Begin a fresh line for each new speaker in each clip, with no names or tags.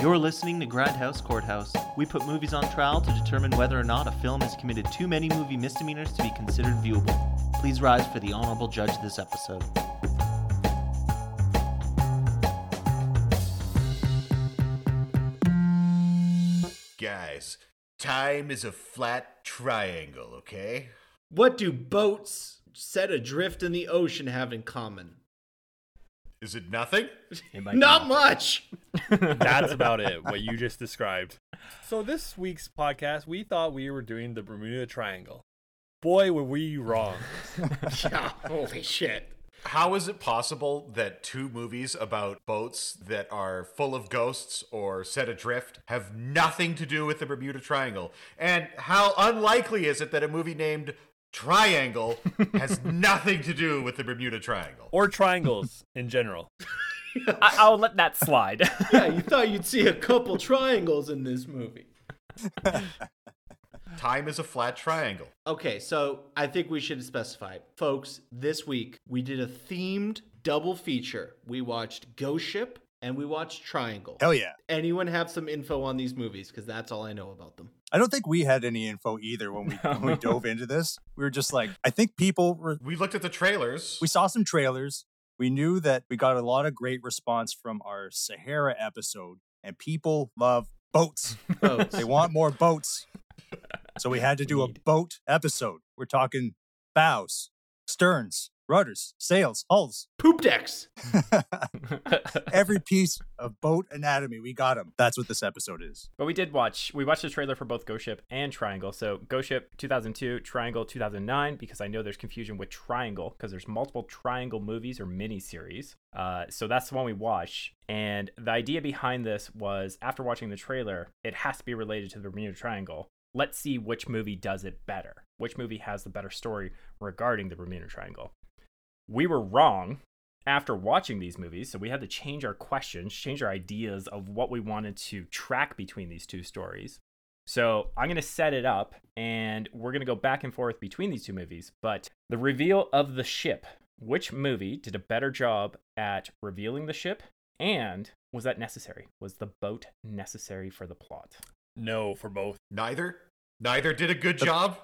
You're listening to Grindhouse Courthouse. We put movies on trial to determine whether or not a film has committed too many movie misdemeanors to be considered viewable. Please rise for the honorable judge this episode.
Guys, time is a flat triangle, okay?
What do boats set adrift in the ocean have in common?
Is it nothing?
Not much.
That's about it, what you just described. So, this week's podcast, we thought we were doing the Bermuda Triangle. Boy, were we wrong.
yeah, holy shit.
How is it possible that two movies about boats that are full of ghosts or set adrift have nothing to do with the Bermuda Triangle? And how unlikely is it that a movie named Triangle has nothing to do with the Bermuda Triangle?
Or triangles in general.
I- I'll let that slide.
Yeah, you thought you'd see a couple triangles in this movie.
Time is a flat triangle.
Okay, so I think we should specify. Folks, this week we did a themed double feature. We watched Ghost Ship and we watched Triangle.
Hell yeah.
Anyone have some info on these movies? Because that's all I know about them.
I don't think we had any info either when we when we dove into this. We were just like, I think people were
We looked at the trailers.
we saw some trailers. We knew that we got a lot of great response from our Sahara episode, and people love boats.
Boats.
They want more boats. So we had to do a boat episode. We're talking bows, sterns, rudders, sails, hulls.
Poop decks.
Every piece of boat anatomy, we got them. That's what this episode is.
but we did watch. We watched the trailer for both Ghost Ship and Triangle. So Ghost Ship 2002, Triangle 2009, because I know there's confusion with Triangle because there's multiple Triangle movies or miniseries. Uh, so that's the one we watched. And the idea behind this was after watching the trailer, it has to be related to the Bermuda Triangle. Let's see which movie does it better. Which movie has the better story regarding the Bermuda Triangle? we were wrong after watching these movies, so we had to change our questions, change our ideas of what we wanted to track between these two stories. So I'm going to set it up and we're going to go back and forth between these two movies. But the reveal of the ship which movie did a better job at revealing the ship? And was that necessary? Was the boat necessary for the plot?
No, for both.
Neither. Neither did a good job.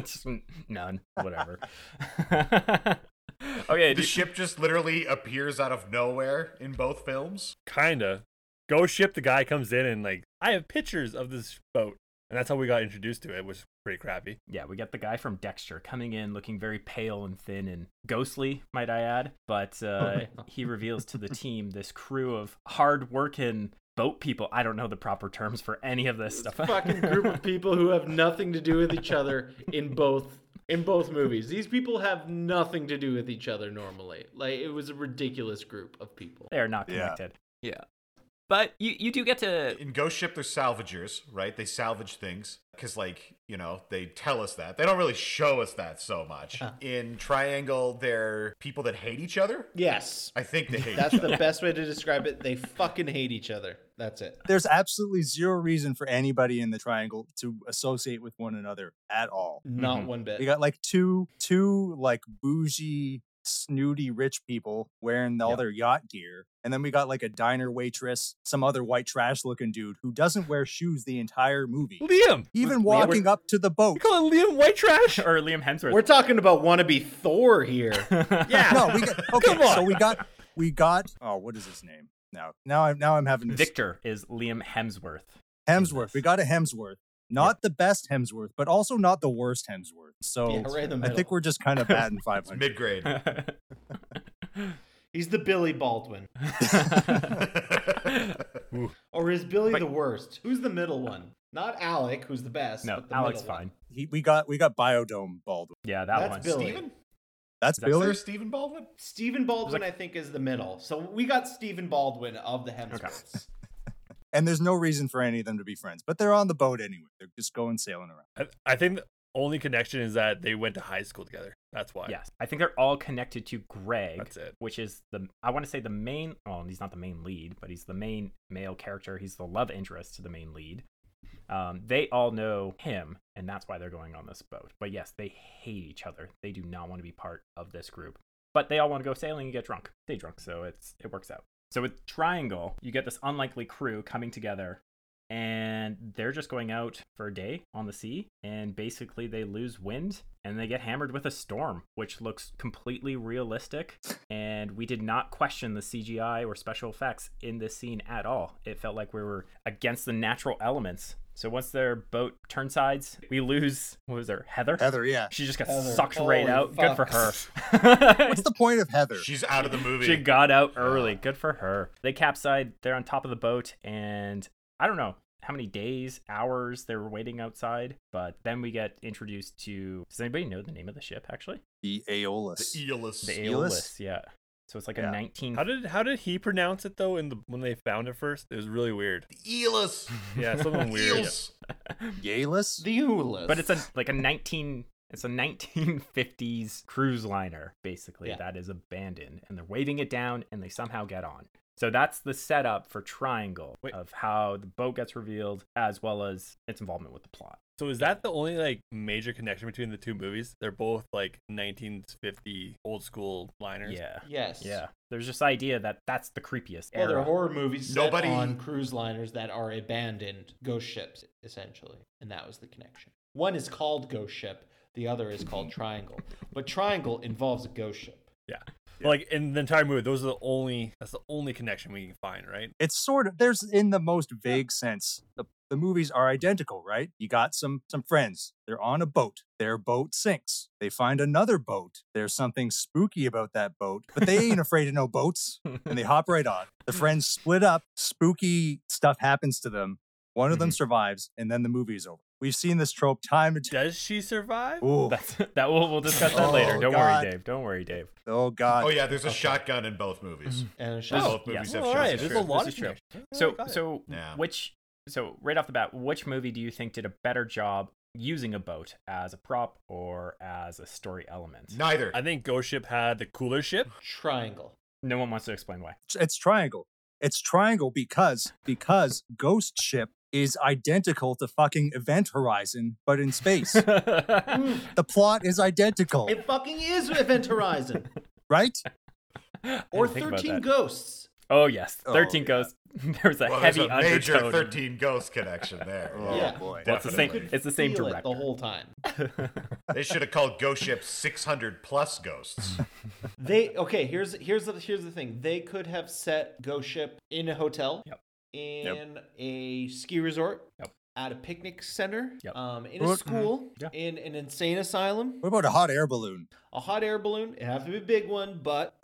Just none, whatever. okay,
The
do-
ship just literally appears out of nowhere in both films.
Kinda. Go ship, the guy comes in and, like, I have pictures of this boat. And that's how we got introduced to it, which is pretty crappy.
Yeah, we got the guy from Dexter coming in looking very pale and thin and ghostly, might I add. But
Oh,
uh, he reveals to the team this crew of hard-working boat people. I don't know the proper terms for any of this stuff.
Fucking group of people who have nothing to do with each other in both in both movies. These people have nothing to do with each other normally. Like it was a ridiculous group of people.
they are not
Yeah.
connected. Yeah. But you, you do get to
In Ghost Ship, they're salvagers, right? They salvage things because, like, you know, they tell us that. They don't really show us that so much. In Triangle, they're people that hate each other.
Yes.
I think they hate
That's
each other.
the best way to describe it. They fucking hate each other. That's it.
There's absolutely zero reason for anybody in the triangle to associate with one another at all.
Not
Mhm.
one bit.
You got like two two like bougie snooty rich people wearing all
Yep.
their yacht gear and then we got like a diner waitress some other white trash looking dude who doesn't wear shoes the entire movie
Liam!
even
we were-
walking up to the
We
boat
call it Liam White Trash?
or Liam Hemsworth.
We're talking about wannabe Thor here.
yeah.
no we got okay
Come on.
so we got we got oh what is his name now now i'm now i'm having this
Victor is Liam Hemsworth.
hemsworth we got a hemsworth not the best hemsworth but also not the worst hemsworth so
Yeah, right in the
i
middle.
think we're just kind of batting 500
Mid grade.
He's the Billy Baldwin. Or is Billy the worst? Who's the middle one? Not Alec, who's the best.
no,
but the
Alex
middle
fine.
he, we got we got biodome baldwin
Yeah,
One.
that
That's
one.
Billy.
Steven?
that's
That's
billy
There's Stephen Baldwin?
Stephen Baldwin, I think, is the middle. So we got Stephen Baldwin of the Hemsworths.
and there's no reason for any of them to be friends, but they're on the boat anyway. They're just going sailing around.
I, I think the only connection is that they went to high school together. That's why.
Yes, I think they're all connected to Greg.
That's it.
Which is the I want to say the main. Well, he's not the main lead, but he's the main male character. He's the love interest to the main lead. Um, they all know him, and that's why they're going on this boat. But yes, they hate each other. They do not want to be part of this group. But they all want to go sailing and get drunk. They drunk, so it's it works out. So with Triangle, you get this unlikely crew coming together and they're just going out for a day on the sea and basically they lose wind and they get hammered with a storm which looks completely realistic and we did not question the CGI or special effects in this scene at all it felt like we were against the natural elements so once their boat turns sides we lose what was her Heather
Heather, yeah.
she just got
Heather.
sucked
Holy
right out good for her
What's the point of Heather?
She's out of the movie.
she got out early. Good for her. They capsized. They're on top of the boat, and I don't know how many days, hours they were waiting outside. But then we get introduced to. Does anybody know the name of the ship? Actually,
the
the
Aeolus.
Aeolus.
the
Aeolus?
Aeolus. Yeah. So it's like
Yeah.
a 19.
How did how did he pronounce it though? In the when they found it first, it was really weird.
The Aeolus.
Yeah, something weird.
Eels.
Aeolus?
The Eulus.
but it's a like a 19. It's a 1950s cruise liner, basically,
Yeah.
that is abandoned, and they're waving it down, and they somehow get on. So that's the setup for Triangle
Wait.
of how the boat gets revealed, as well as its involvement with the plot.
So is that the only like major connection between the two movies? They're both like 1950 old school liners.
Yeah.
yes.
Yeah. There's this idea that that's the creepiest
Well, there are
era.
horror movies set
Nobody-
on cruise liners that are abandoned ghost ships, essentially, and that was the connection. One is called Ghost Ship, the other is called Triangle, but Triangle involves a ghost ship.
Like in the entire movie, those are the only that's the only connection we can find, right?
It's sort of there's in the most vague sense. The, the movies are identical, right? You got some some friends. They're on a boat. Their boat sinks. They find another boat. There's something spooky about that boat, but they ain't afraid of no boats, and they hop right on. The friends split up. Spooky stuff happens to them. One of them survives, and then the movie's over. We've seen this trope time and time.
Does she survive?
Ooh,
That's, that we'll, we'll discuss that
Oh,
later. Don't
God.
worry, Dave. Don't worry, Dave.
oh God!
Oh yeah, there's a shotgun in both movies.
And it's
Both
Oh.
just,
yeah.
movies have
All right,
shotguns.
there's a lot of
This is true.
connections.
Eh,
So
Got it.
so
Yeah.
which so right off the bat, which movie do you think did a better job using a boat as a prop or as a story element?
Neither.
I think Ghost Ship had the cooler ship.
Triangle.
No one wants to explain why.
It's- it's triangle. It's triangle because because Ghost Ship is identical to fucking Event Horizon, but in space. the plot is identical,
It fucking is Event Horizon.
right?
or
didn't think about
13
that.
Ghosts.
Oh yes,
Oh,
thirteen
yeah.
ghosts. There's a
well, there's
heavy
a major
undertone.
13 ghost connection there.
Oh, Yeah.
boy.
Well, it's the same.
Definitely.
It's the same
Feel it
director.
the whole time.
They should have called Ghost Ship 600 plus ghosts.
They okay. Here's here's the here's the thing. They could have set Ghost Ship in a hotel,
Yep.
in a ski resort,
Yep.
at a picnic center,
Yep.
um, in a
Well,
school,
Yeah.
in an insane asylum,
What about a hot air balloon?
a hot air balloon. It have to be a big one, but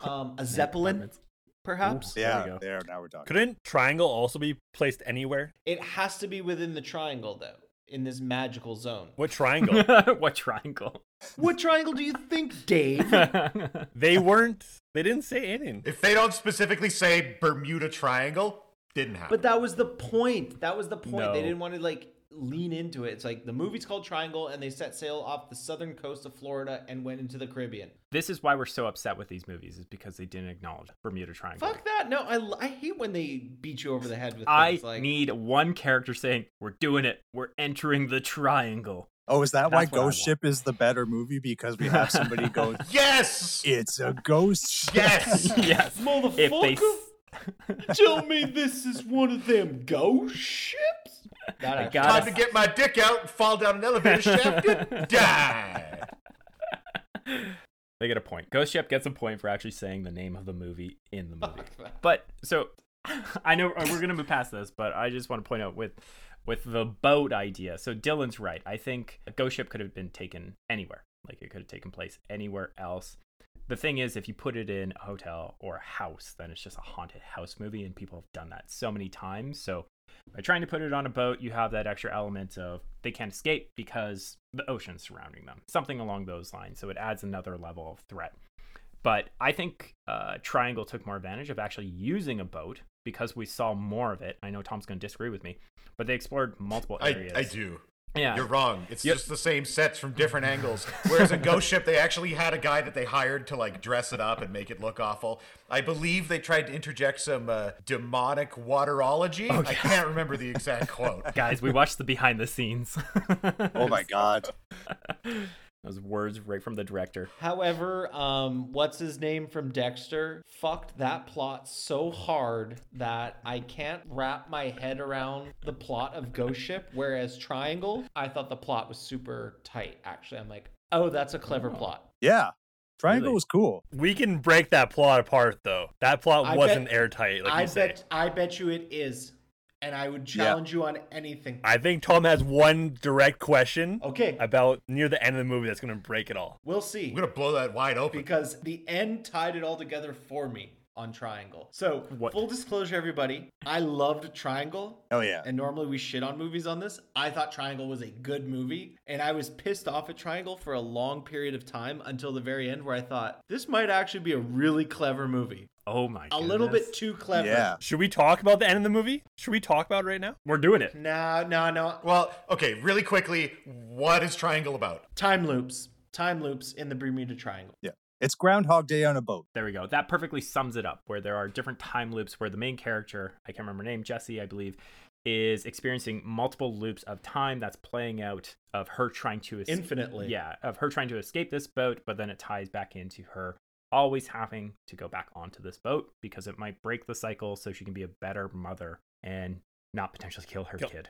um, a zeppelin, perhaps.
There we go.
there. Now we're talking.
Couldn't Triangle also be placed anywhere?
It has to be within the triangle, though, in this magical zone.
What Triangle?
what triangle?
What triangle do you think, Dave?
they weren't. They didn't say anything.
if they don't specifically say Bermuda Triangle, didn't happen.
But that was the point. That was the point. They
No.
didn't want to like lean into it. It's like the movie's called Triangle, and they set sail off the southern coast of Florida and went into the Caribbean.
this is why we're so upset with these movies is because they didn't acknowledge Bermuda Triangle.
Fuck that. No, I, I hate when they beat you over the head with
I
things like
need one character saying, "We're doing it. We're entering the triangle."
Oh, is that why
That's what I
Ghost
want.
Ship is the better movie? Because we have somebody go,
yes!
it's a ghost ship.
Yes!
yes, if they s-
Tell me this is one of them ghost ships. That
I
actually-
got
Time to get my dick out and fall down an elevator shaft and die.
they get a point. Ghost Ship gets a point for actually saying the name of the movie in the movie. but so I know uh, we're gonna move past this, but I just want to point out with with the boat idea. So Dylan's right. I think a Ghost Ship could have been taken anywhere. Like it could have taken place anywhere else. The thing is, if you put it in a hotel or a house, then it's just a haunted house movie, and people have done that so many times. So by trying to put it on a boat, you have that extra element of they can't escape because the ocean's surrounding them, something along those lines. So it adds another level of threat. But I think uh, Triangle took more advantage of actually using a boat because we saw more of it. I know Tom's going to disagree with me, but they explored multiple
I,
areas.
I do.
Yeah.
You're wrong. It's
Yep.
just the same sets from different angles. Whereas in Ghost Ship, they actually had a guy that they hired to like dress it up and make it look awful. I believe they tried to interject some uh, demonic waterology. I can't remember the exact quote. Oh.
Guys, we watched the behind the scenes.
Oh my God.
Those words right from the director.
However, um, what's his name from Dexter fucked that plot so hard that I can't wrap my head around the plot of Ghost Ship. Whereas Triangle, I thought the plot was super tight. Actually, I'm like, oh, that's a clever plot.
Yeah. Triangle
Really?
was cool.
We can break that plot apart, though. That plot
I
wasn't
bet-
airtight, like
I
you say.
bet, I bet you it is, and I would
Yeah.
challenge you on anything.
I think Tom has one direct question
okay,
about near the end of the movie that's going to break it all.
we'll see.
I'm gonna blow that wide open.
because the end tied it all together for me on Triangle. So,
What?
full disclosure, everybody, I loved Triangle.
Oh yeah.
And normally we shit on movies on this. I thought Triangle was a good movie, and I was pissed off at Triangle for a long period of time until the very end, where I thought this might actually be a really clever movie.
Oh my
A little bit
goodness.
too clever.
Yeah.
Should we talk about the end of the movie? Should we talk about it right now?
We're doing it.
No, no, no.
Well, okay, really quickly, what is Triangle about?
Time loops. Time loops in the Bermuda Triangle.
It's Groundhog Day on a boat.
There we go. That perfectly sums it up. Where there are different time loops where the main character, I can't remember her name, Jessie, I believe, is experiencing multiple loops of time that's playing out of her trying to escape.
Infinitely.
Yeah, of her trying to escape this boat, but then it ties back into her always having to go back onto this boat because it might break the cycle so she can be a better mother and not potentially kill her
Kill-
kid.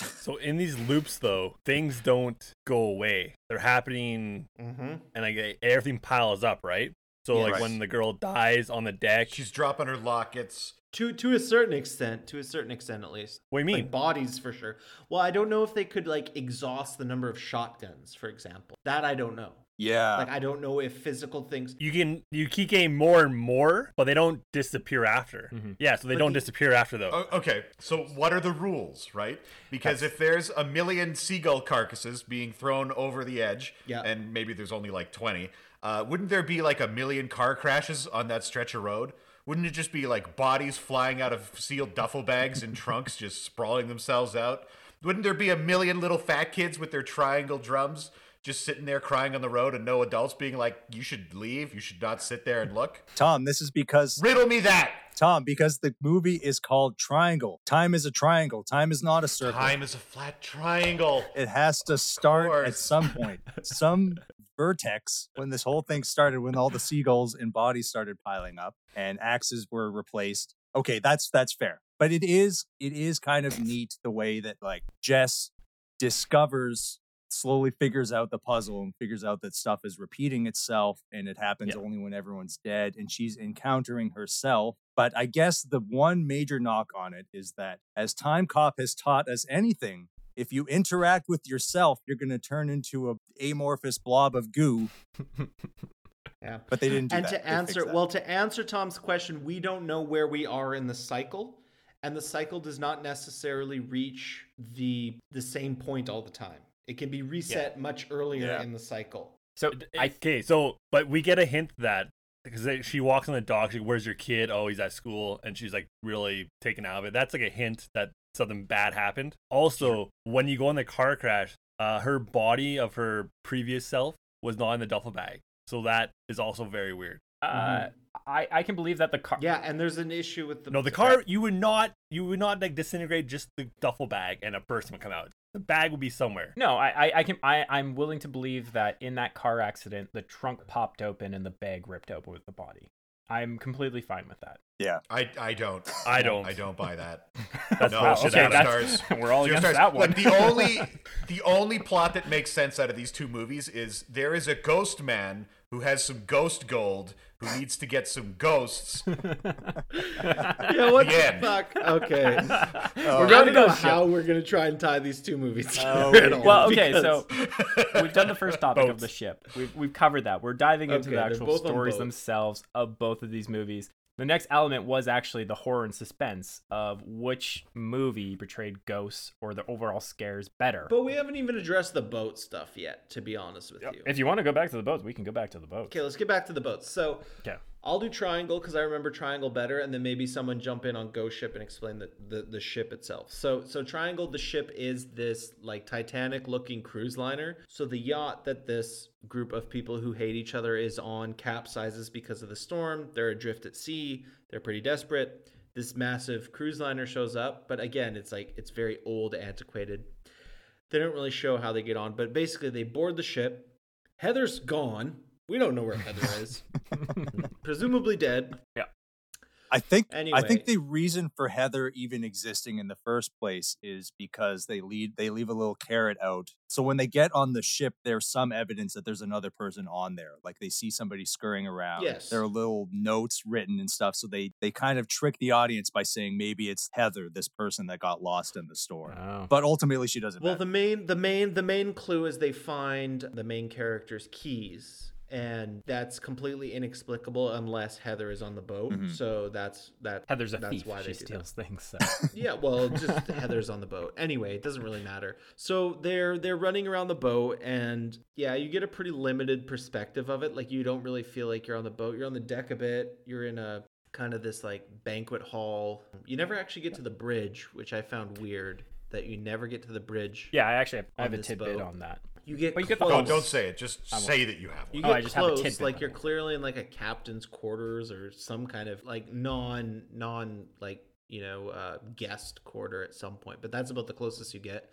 So in these loops, though, things don't go away. They're happening,
Mm-hmm.
and like everything piles up, right? So
Yeah.
like
Right.
when the girl dies on the deck,
She's dropping her lockets.
To to a certain extent, to a certain extent at least.
What do you mean?
Like bodies for sure. Well, I don't know if they could like exhaust the number of shotguns, for example. That I don't know.
Yeah.
Like I don't know if physical things
you can you keep getting more and more, but they don't disappear after.
Mhm.
Yeah, so they
But
don't
the-
disappear after though.
O- okay, so what are the rules, right? Because if there's a million seagull carcasses being thrown over the edge,
Yeah.
and maybe there's only like 20, uh, wouldn't there be like a million car crashes on that stretch of road? Wouldn't it just be like bodies flying out of sealed duffel bags and trunks just sprawling themselves out? Wouldn't there be a million little fat kids with their triangle drums just sitting there crying on the road and no adults being like, you should leave, you should not sit there and look?
Tom, this is because
Riddle me that!
Tom, because the movie is called Triangle. Time is a triangle. Time is not a circle.
Time is a flat triangle.
It has to start at
course.
some point. Some vertex when this whole thing started when all the seagulls and bodies started piling up and axes were replaced. Okay, that's that's fair. But it is it is kind of neat the way that like Jess discovers slowly figures out the puzzle and figures out that stuff is repeating itself and it happens only when everyone's dead and she's encountering herself but i guess the one major knock on it is that as time cop has taught us anything if you interact with yourself you're going to turn into a amorphous blob of goo
Yeah.
but they didn't do
and
that
to
They fixed
answer
that.
well to answer tom's question we don't know where we are in the cycle and the cycle does not necessarily reach the the same point all the time it can be reset much earlier
Yeah.
in the cycle
So I
okay, so but we get a hint that because she walks on the dock, she where's your kid? Oh, he's at school, and she's like really taken out of it. That's like a hint that something bad happened. Also, when you go in the car crash, uh, her body of her previous self was not in the duffel bag, so that is also very weird.
uh, I I can believe that the car
mm-hmm. yeah and there's an issue with the
No, the car you would not you would not like disintegrate just the duffel bag and a person would come out. The bag would be somewhere.
No, I, I, I can I, I'm willing to believe that in that car accident the trunk popped open and the bag ripped open with the body. I'm completely fine with that.
I, I don't.
I don't.
I don't buy that.
That's
no,
wow,
Zero
okay,
stars.
that's- we're all
Zero
against
stars.
that one.
Like the only the only plot that makes sense out of these two movies is there is a ghost man who has some ghost gold who needs to get some ghosts.
yeah what
Yeah.
the fuck okay
Oh,
we're gonna
Not
know
ghost ship.
how we're gonna try and tie these two movies
Oh,
together at all,
well, okay,
because-
so we've done the first topic of
Boats.
the ship. We've we've covered that. We're diving into
Okay,
the
they're
actual
both on
stories
boats.
themselves of both of these movies. The next element was actually the horror and suspense of which movie portrayed ghosts or the overall scares better.
but we haven't even addressed the boat stuff yet to be honest with you
If you want to go back to the boats, we can go back to the boats.
okay let's get back to the boats so
Okay.
I'll do triangle because I remember triangle better, and then maybe someone jump in on Ghost Ship and explain the, the, the ship itself. So so triangle, the ship is this like Titanic looking cruise liner. So the yacht that this group of people who hate each other is on capsizes because of the storm. They're adrift at sea. They're pretty desperate. This massive cruise liner shows up, but again, it's like it's very old, antiquated. They don't really show how they get on, but basically they board the ship Heather's gone. We don't know where Heather is. Presumably dead.
I think I
Anyway.
think the reason for Heather even existing in the first place is because they lead they leave a little carrot out. So when they get on the ship, there's some evidence that there's another person on there. Like they see somebody scurrying around.
Yes.
There are little notes written and stuff. So they they kind of trick the audience by saying maybe it's Heather, this person that got lost in the store.
Oh.
But ultimately she doesn't
Well,
matter.
the main the main the main clue is they find the main character's keys and that's completely inexplicable unless Heather is on the boat. So that's that
Mm-hmm. Heather's a
that's
thief.
why they
she
do that.
steals things. So.
Yeah, well, just Heather's on the boat. Anyway, it doesn't really matter. So they're they're running around the boat and yeah, you get a pretty limited perspective of it. Like you don't really feel like you're on the boat. You're on the deck a bit. You're in a kind of this like banquet hall. You never actually get to the bridge, which I found weird that you never get to the bridge.
yeah, I actually have, I
On
have a
this
tidbit
boat.
on that.
You get
But you get the
close.
No,
whole-
don't say it. Just say that you have
You get
one.
Oh, I just have a
close,
tidbit
like
on
you're
it.
clearly in like a captain's quarters or some kind of like non non like you know uh, guest quarter at some point. But that's about the closest you get.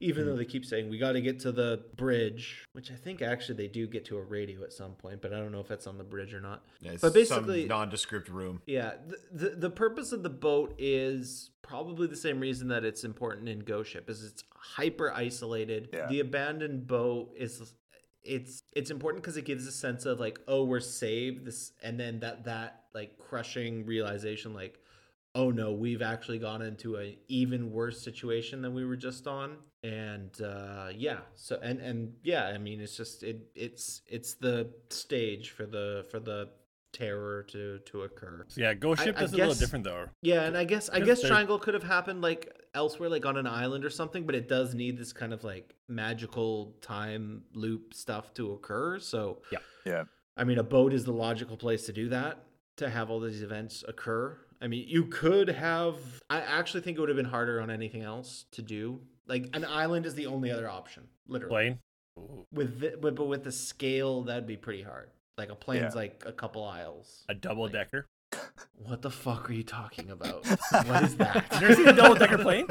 Even
Hmm.
though they keep saying we got to get to the bridge, which I think actually they do get to a radio at some point, but I don't know if that's on the bridge or not.
It's
but basically,
some nondescript room.
yeah, the, the the purpose of the boat is probably the same reason that it's important in Ghost Ship is it's hyper isolated.
Yeah.
The abandoned boat is it's it's important because it gives a sense of like oh we're saved this and then that that like crushing realization like oh no we've actually gone into an even worse situation than we were just on and uh yeah so and and yeah i mean it's just it it's it's the stage for the for the terror to to occur
So yeah, Ghost
I-
Ship
I
is a little
guess-
different though.
yeah, and I guess I
Because
guess
they're-
Triangle could have happened like elsewhere, like on an island or something. But it does need this kind of like magical time loop stuff to occur. So
Yeah.
Yeah.
I mean, a boat is the logical place to do that to have all these events occur. I mean, you could have. I actually think it would have been harder on anything else to do. Like an island is the only other option, literally.
Plane.
With the, but, but with the scale, that'd be pretty hard. Like a plane's
Yeah.
like a couple aisles.
A double decker.
What the fuck are you talking about? what is that?
You ever seen a double decker plane?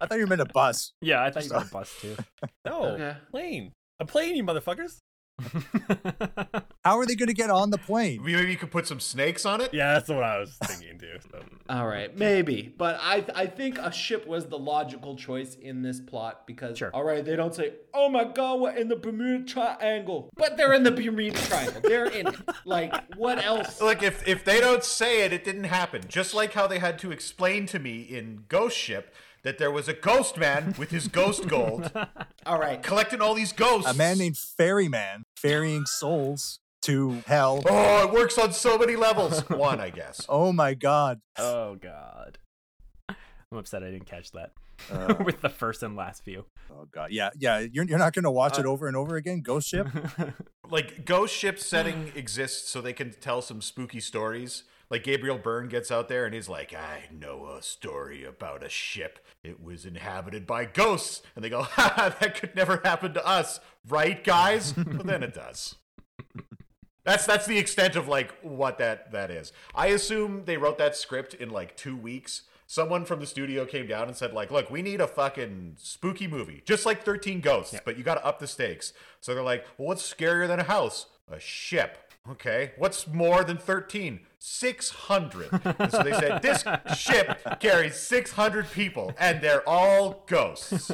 I thought you meant a bus.
Yeah, I thought you were a bus too.
No.
Okay.
Plane. A plane, you motherfuckers.
How are they gonna get on the plane?
Maybe you could put some snakes on it.
Yeah, that's what I was thinking too. So.
Um,
All right, maybe, but I I think a ship was the logical choice in this plot because
Sure.
all right, they don't say, "Oh my God, we're in the Bermuda Triangle," but they're in the Bermuda Triangle. They're in it. Like what else?
Look, if if they don't say it, it didn't happen. Just like how they had to explain to me in Ghost Ship that there was a ghost man with his ghost gold
All right,
collecting all these ghosts.
A man named Ferryman ferrying souls to hell.
Oh, it works on so many levels. One, I guess.
Oh my god.
oh god, I'm upset I didn't catch that with the first and last view.
Oh god, yeah, yeah. You're, you're not gonna watch it over and over again. Ghost Ship.
Like Ghost Ship setting exists so they can tell some spooky stories. Like Gabriel Byrne gets out there and he's like, "I know a story about a ship. It was inhabited by ghosts," and they go, "Ha, ha, that could never happen to us, right, guys?" but then it does. That's that's the extent of like what that that is. I assume they wrote that script in like 2 weeks. Someone from the studio came down and said like, "Look, we need a fucking spooky movie, just like 13 Ghosts, but you got to up the stakes." So they're like, "Well, what's scarier than a house? A ship." Okay. What's more than 13? 600. And so they said, "This ship carries 600 people and they're all ghosts."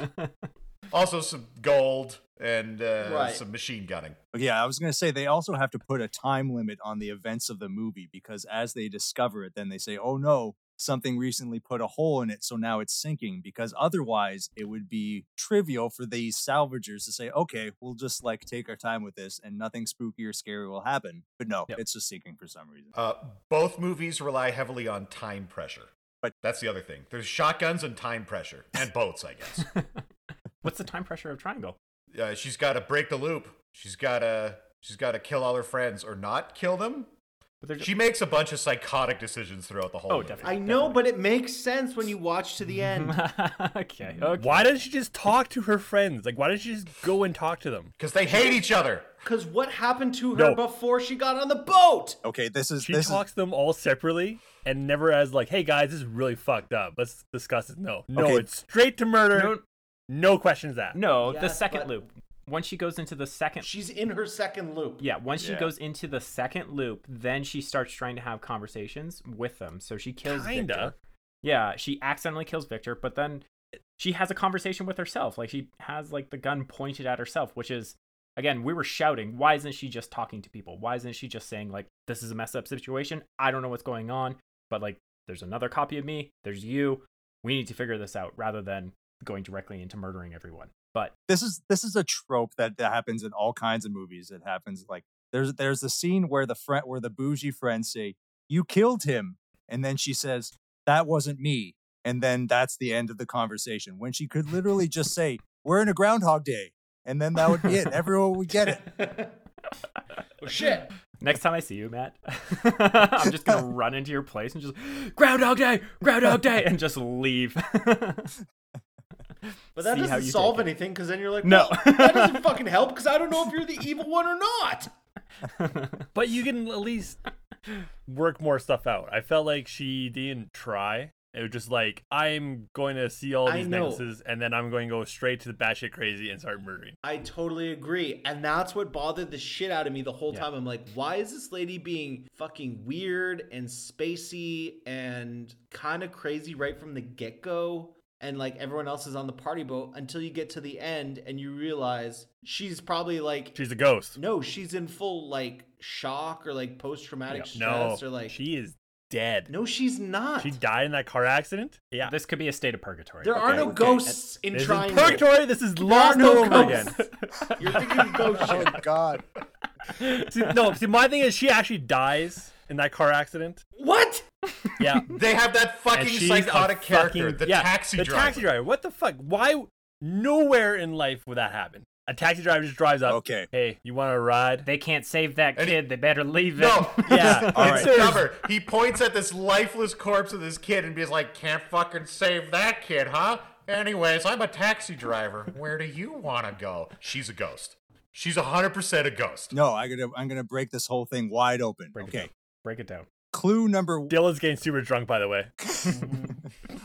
also some gold and uh,
Right.
some machine gunning.
But yeah, I was gonna say they also have to put a time limit on the events of the movie because as they discover it, then they say, "Oh no, something recently put a hole in it, so now it's sinking." Because otherwise, it would be trivial for these salvagers to say, "Okay, we'll just like take our time with this, and nothing spooky or scary will happen." But no,
Yep.
it's just sinking for some reason.
Uh, both movies rely heavily on time pressure.
But-
that's the other thing. There's shotguns and time pressure, and boats, I guess.
What's the time pressure of Triangle?
uh, she's got to break the loop. She's got to she's got to kill all her friends or not kill them.
But they're
She makes a bunch of psychotic decisions throughout the whole.
Oh,
movie.
definitely.
I know, but it makes sense when you watch to the end.
okay. Okay.
Why doesn't she just talk to her friends? Like, why doesn't she just go and talk to them?
Because they hate each other.
Because what happened to her
No.
before she got on the boat?
Okay, this is
She
this is
talks to them all separately and never as like, "Hey guys, this is really fucked up. Let's discuss it." No, no,
Okay.
it's straight to murder.
No,
No questions asked.
no the
Yes,
second
but-
loop. once she goes into the second
She's in her second loop.
Yeah, once she
Yeah.
goes into the second loop, then she starts trying to have conversations with them. So she kills
Kinda.
Victor. Yeah, she accidentally kills Victor, but then she has a conversation with herself. Like she has like the gun pointed at herself, which is again, we were shouting, why isn't she just talking to people? Why isn't she just saying like this is a messed up situation? I don't know what's going on, but like there's another copy of me, there's you. We need to figure this out rather than going directly into murdering everyone. But
this is this is a trope that, that happens in all kinds of movies. It happens like there's there's the scene where the friend where the bougie friends say, "You killed him," and then she says, "That wasn't me," and then that's the end of the conversation. When she could literally just say, "We're in a Groundhog Day," and then that would be it. Everyone would get it.
Oh, shit.
Next time I see you, Matt, I'm just gonna run into your place and just Groundhog Day, Groundhog Day, and just leave.
But that
See how
doesn't
you
solve
take
anything because then you're like,
No.
no, that doesn't fucking help because I don't know if you're the evil one or not.
But you can at least work more stuff out. I felt like she didn't try. It was just like I'm going to see all
I
these
know.
necklaces, and then I'm going to go straight to the batshit crazy and start murdering.
I totally agree. And that's what bothered the shit out of me the whole
Yeah.
time. I'm like, why is this lady being fucking weird and spacey and kind of crazy right from the get go? And like everyone else is on the party boat until you get to the end and you realize she's probably like,
She's a ghost.
no, she's in full like shock or like post traumatic
No,
stress or like,
she is dead.
no, she's not.
She died in that car accident. Yeah,
this could be a state of purgatory.
There are
Okay,
no
okay.
ghosts in
this is
Triangle.
purgatory. This is lost
no
over again.
ghosts. You're thinking of ghost
Oh
shit.
God!
See, no, see, my thing is she actually dies in that car accident.
What?
Yeah,
They have that fucking
and she's
psychotic
a
character,
fucking-
the
yeah,
taxi
the
driver.
taxi driver. What the fuck? Why? Nowhere in life would that happen. A taxi driver just drives up.
Okay.
Hey, you want to ride?
They can't save that
And-
kid. They better leave it.
No,
Yeah.
All
it's
right.
dumber. He points at this lifeless corpse of this kid and be like, "Can't fucking save that kid, huh?" Anyways, I'm a taxi driver. Where do you want to go? She's a ghost. She's hundred percent a ghost.
No, I'm gonna I'm gonna break this whole thing wide open.
Break it
okay.
down. Break it down.
Clue number one.
Dylan's getting super drunk, by the way.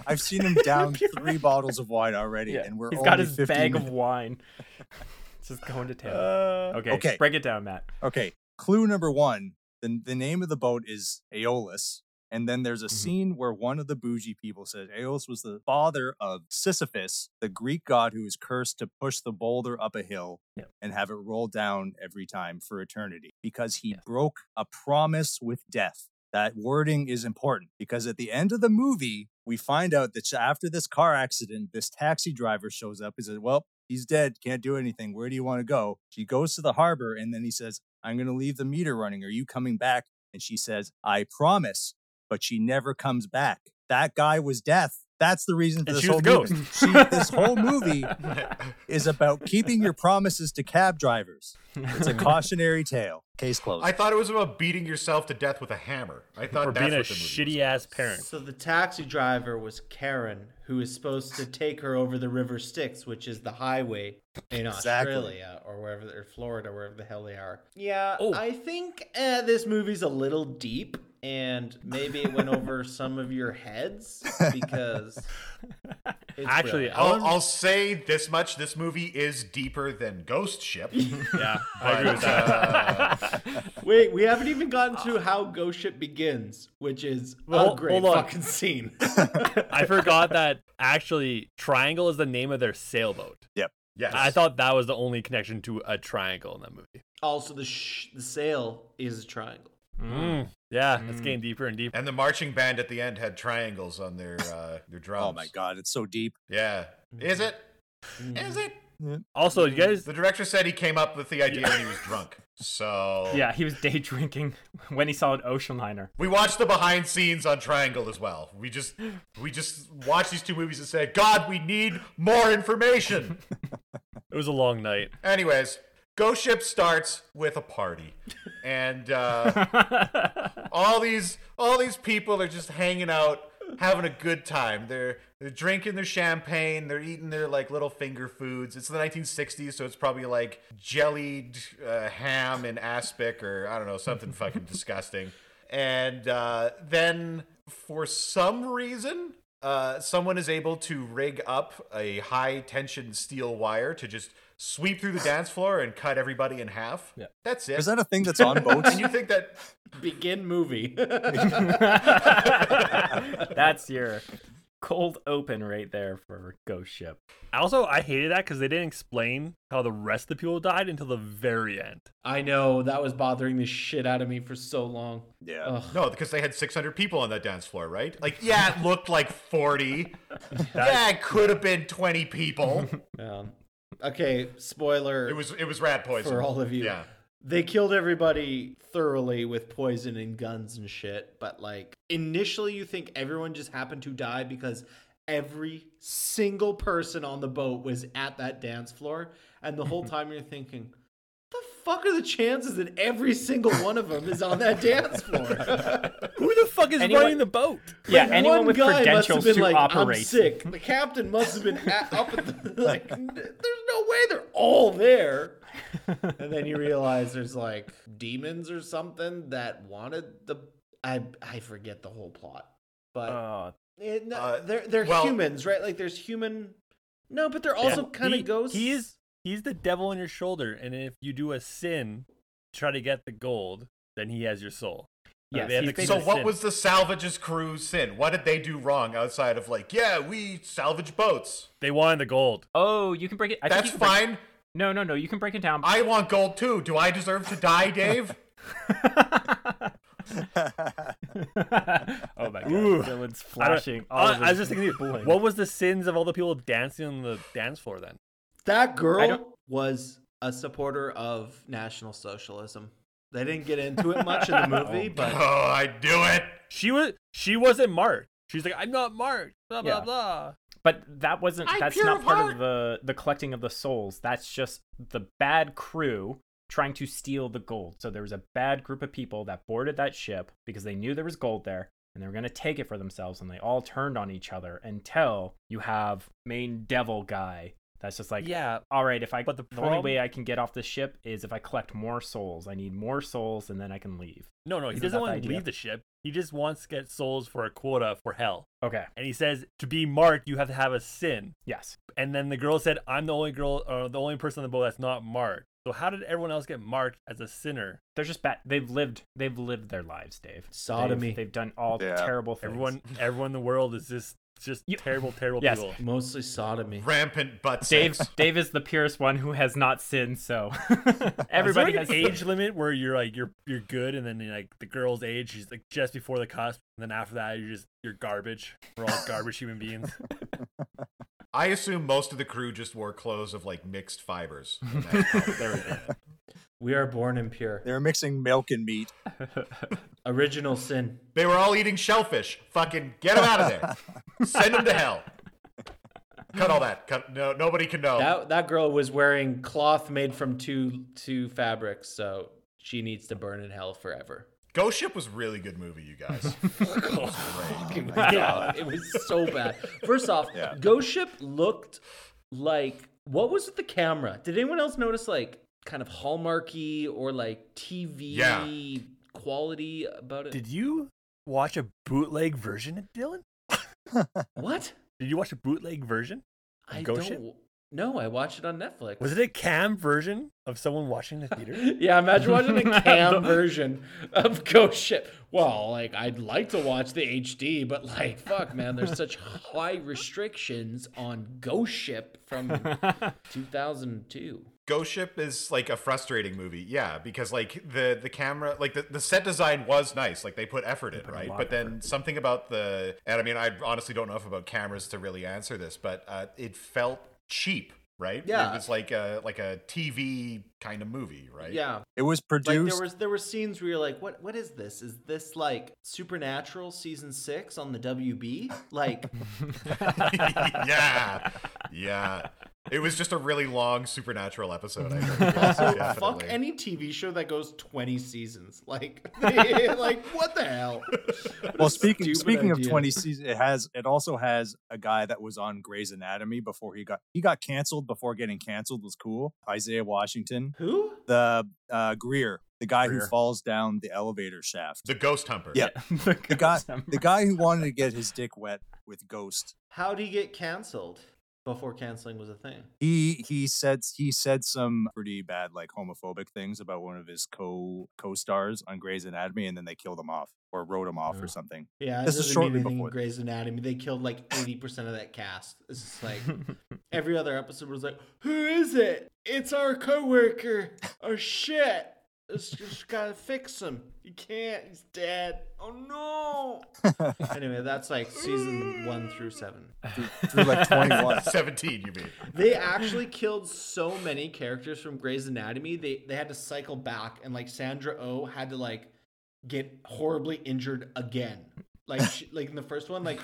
I've seen him down three bottles of wine already, and we're
He's
only
got his
15
bag
minutes. Uh,
of wine. It's just going to town.
Uh,
okay,
okay.
break it down, Matt.
Okay, clue number one. The, the name of the boat is Aeolus. And then there's a scene where one of the bougie people says Aeolus was the father of Sisyphus, the Greek god who is cursed to push the boulder up a hill
Yep.
and have it roll down every time for eternity because he broke a promise with death. That wording is important because at the end of the movie, we find out that after this car accident, this taxi driver shows up. He says, Well, he's dead, can't do anything. Where do you want to go? She goes to the harbor and then he says, I'm going to leave the meter running. Are you coming back? And she says, I promise. But she never comes back. That guy was death. That's the reason for
And
this
she
whole
was a
movie. She, this whole movie is about keeping your promises to cab drivers. It's a cautionary tale. Case closed.
I thought it was about beating yourself to death with a hammer. I thought
For
that's
being a
what the movie was
shitty ass parent.
So the taxi driver was Karen, who is supposed to take her over the River Styx, which is the highway in
Exactly.
Australia or wherever, or Florida, wherever the hell they are. Yeah,
Oh.
I think uh, this movie's a little deep, and maybe it went over some of your heads because it's
Actually,
brilliant.
I'll, I'll say this much: this movie is deeper than Ghost Ship.
Yeah, I agree
But,
with that.
uh,
wait, we haven't even gotten to how Ghost Ship begins, which is a
Well,
great
hold on.
fucking scene.
I forgot that actually Triangle is the name of their sailboat.
yes,
I thought that was the only connection to a triangle in that movie.
also, the sh- the sail is a triangle.
Mm. Yeah, it's getting deeper and deeper.
And the marching band at the end had triangles on their uh, their drums.
oh my God, it's so deep.
Yeah, is it?
Hmm.
Is it?
Also, you guys,
The director said he came up with the idea when he was drunk. So
Yeah, he was day drinking when he saw an ocean liner.
we watched the behind scenes on Triangle as well. We just we just watched these two movies and said, God, we need more information.
it was a long night.
Anyways, Ghost Ship starts with a party, and uh, all these all these people are just hanging out, having a good time. They're they're drinking their champagne. They're eating their like little finger foods. It's the 1960s, so it's probably like jellied uh, ham and aspic, or I don't know, something fucking disgusting. And uh, then for some reason, uh, someone is able to rig up a high tension steel wire to just sweep through the dance floor and cut everybody in half.
Yeah.
That's it.
Is that a thing that's on boats?
and you think that
Begin movie.
That's your cold open right there for Ghost Ship.
Also, I hated that because they didn't explain how the rest of the people died until the very end.
I know that was bothering the shit out of me for so long.
yeah.
Ugh.
no, because they had 600 people on that dance floor, right? Like, yeah, it looked like 40. yeah,
That-
it could have been 20 people.
Um, okay, spoiler.
it was it was rat poison
for all of you.
Yeah.
They killed everybody thoroughly with poison and guns and shit, but like initially you think everyone just happened to die because every single person on the boat was at that dance floor and the whole time you're thinking the fuck are the chances that every single one of them is on that dance floor?
Who the fuck is
Anyone-
running the boat?
Yeah,
Like,
anyone
one
with
guy must have
credentials
been
to
like, I'm
operate.
sick. The captain must have been at, up at the like. n- There's no way they're all there. And then you realize there's like demons or something that wanted the. I I forget the whole plot, but
Oh,
it- no,
uh,
they're they're
well-
humans, right? Like there's human. No, but they're also kind
He-
of ghosts.
He is he's the devil on your shoulder, and if you do a sin, try to get the gold, then he has your soul. Uh,
Yes,
they have
he's
to commit
So
a
what
sin.
was the salvage's crew sin? What did they do wrong outside of like, yeah, we salvage boats.
they wanted the gold?
oh, you can break it. I think
That's
you can break-
fine.
No, no, no. You can break it down.
I want gold too. Do I deserve to die, Dave?
oh my god,
Ooh.
Dylan's
I don't-
flashing. all
I,
of
I was
his
just thinking,
bling.
what was the sins of all the people dancing on the dance floor? Then
that girl
don't-
was a supporter of National Socialism. They didn't get into it much in the movie, but
oh, I do it.
she was she wasn't marked. She's like, I'm not marked. Blah blah
Yeah.
blah.
But that wasn't.
I'm
that's
pure
not
of
part
heart.
of the the collecting of the souls. That's just the bad crew trying to steal the gold. So there was a bad group of people that boarded that ship because they knew there was gold there and they were going to take it for themselves. And they all turned on each other until you have main devil guy. That's just like,
yeah,
all right, if I
But
but
the
the, only
prob-
way I can get off the ship is if I collect more souls. I need more souls and then I can leave.
no, no, he
Isn't
doesn't
that the
want to
idea?
leave the ship. He just wants to get souls for a quota for hell.
Okay.
And he says to be marked, you have to have a sin.
Yes.
And then the girl said, "I'm the only girl, or the only person on the boat that's not marked." So how did everyone else get marked as a sinner?
They're just bad. They've lived. They've lived their lives, Dave. They've-
Sodomy.
They've, done all
Yeah.
terrible things.
Everyone, everyone in the world is just just
You-
terrible, terrible
Yes.
people.
mostly sodomy.
Rampant butt
Dave,
sex.
Dave is the purest one who has not sinned. So
is
everybody
there
has
like an age limit where you're like you're you're good, and then you're like the girl's age, she's like just before the cusp, and then after that, you're just you're garbage. We're all garbage human beings.
I assume most of the crew just wore clothes of like mixed fibers. And that's probably-
There we go.
We are born impure.
They're mixing milk and meat.
Original sin.
they were all eating shellfish. Fucking get them out of there. Send them to hell. Cut all that. Cut. No, nobody can know.
That that girl was wearing cloth made from two two fabrics, so she needs to burn in hell forever.
Ghost Ship was a really good movie, you guys.
Yeah, Oh it was so bad. First off,
Yeah.
Ghost Ship looked like what was with the camera? Did anyone else notice like kind of hallmarky or like TV
Yeah.
quality about it?
Did you watch a bootleg version, Dylan?
what?
Did you watch a bootleg version?
I don't.
Ghost Ship?
No, I watched it on Netflix.
Was it a cam version of someone watching the theater?
Yeah, imagine watching a cam version of Ghost Ship. Well, like I'd like to watch the HD, but like fuck, man, there's such high restrictions on Ghost Ship from 2002.
Ghost Ship is like a frustrating movie, yeah, because like the the camera, like the, the set design was nice, like they put effort in,
a
right?
lot
But
of
then
effort.
something about the, and I mean, I honestly don't know enough about cameras to really answer this, but uh, it felt cheap, right?
Yeah.
it was like a like a TV kind of movie, right?
Yeah,
It was
like
produced.
there was there were scenes where you're like, what what is this? Is this like Supernatural season six on the WB? Like,
yeah, yeah. It was just a really long supernatural episode. I think. Yes,
fuck
definitely.
any TV show that goes 20 seasons. Like, like what the hell?
well, speaking
stupid
speaking of
idea.
twenty seasons, it has it also has a guy that was on Grey's Anatomy before he got he got canceled before getting canceled was cool. Isaiah Washington,
Who?
the uh, Greer the guy who
Greer.
falls down the elevator shaft.
The ghost humper.
Yeah.
the,
The guy,
Ghost
the guy who wanted to get his dick wet with Ghost.
How'd he get canceled before canceling was a thing?
He he said he said some pretty bad like homophobic things about one of his co co stars on Grey's Anatomy, and then they killed him off or wrote him off
Yeah.
or something.
Yeah,
This
this
is
is
shortly
shortly anything
before
in Grey's Anatomy. They killed like eighty percent of that cast. It's just like every other episode was like, "Who is it? It's our coworker. Oh shit! It's just gotta fix him. You can't. He's dead. Oh no." anyway, that's like season one through seven.
Through like twenty one.
17, you mean.
They actually killed so many characters from Grey's Anatomy. They they had to cycle back, and like Sandra O oh had to like get horribly injured again. Like she, like in the first one, like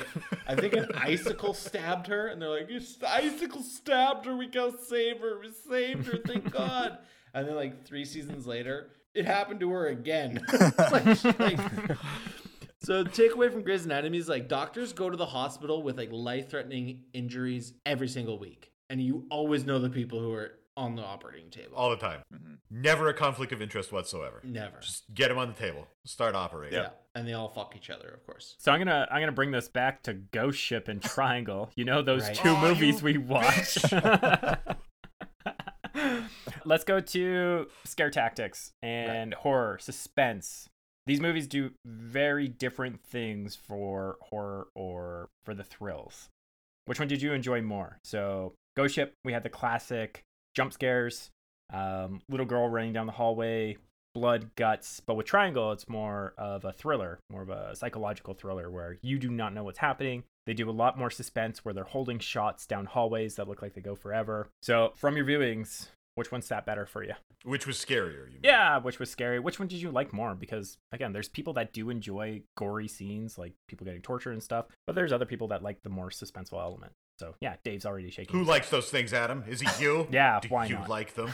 I think an icicle stabbed her, and they're like, "This "Icicle stabbed her. We gotta save her. We saved her. Thank God." And then like three seasons later, it happened to her again. like, like, so the takeaway from Grey's Anatomy is like doctors go to the hospital with like life-threatening injuries every single week, and you always know the people who are on the operating table.
All the time.
Mm-hmm.
Never a conflict of interest whatsoever.
Never.
Just get him on the table. Start operating.
Mm. yeah. and they all fuck each other, of course.
So I'm gonna I'm gonna bring this back to Ghost Ship and Triangle. You know those
Right.
two
Aw,
movies
you
we watch. Let's go to scare tactics and horror, suspense. These movies do very different things for horror or for the thrills. Which one did you enjoy more? So Ghost Ship, we had the classic jump scares, um, little girl running down the hallway, blood guts but with triangle it's more of a thriller more of a psychological thriller where you do not know what's happening they do a lot more suspense where they're holding shots down hallways that look like they go forever so from your viewings which one sat better for you
Which was scarier, you mean.
yeah which was scary which one did you like more because again there's people that do enjoy gory scenes like people getting tortured and stuff but there's other people that like the more suspenseful element so yeah dave's already shaking
Who
his-
likes those things, Adam? Is it you?
Yeah,
Do
why
you
not?
like them?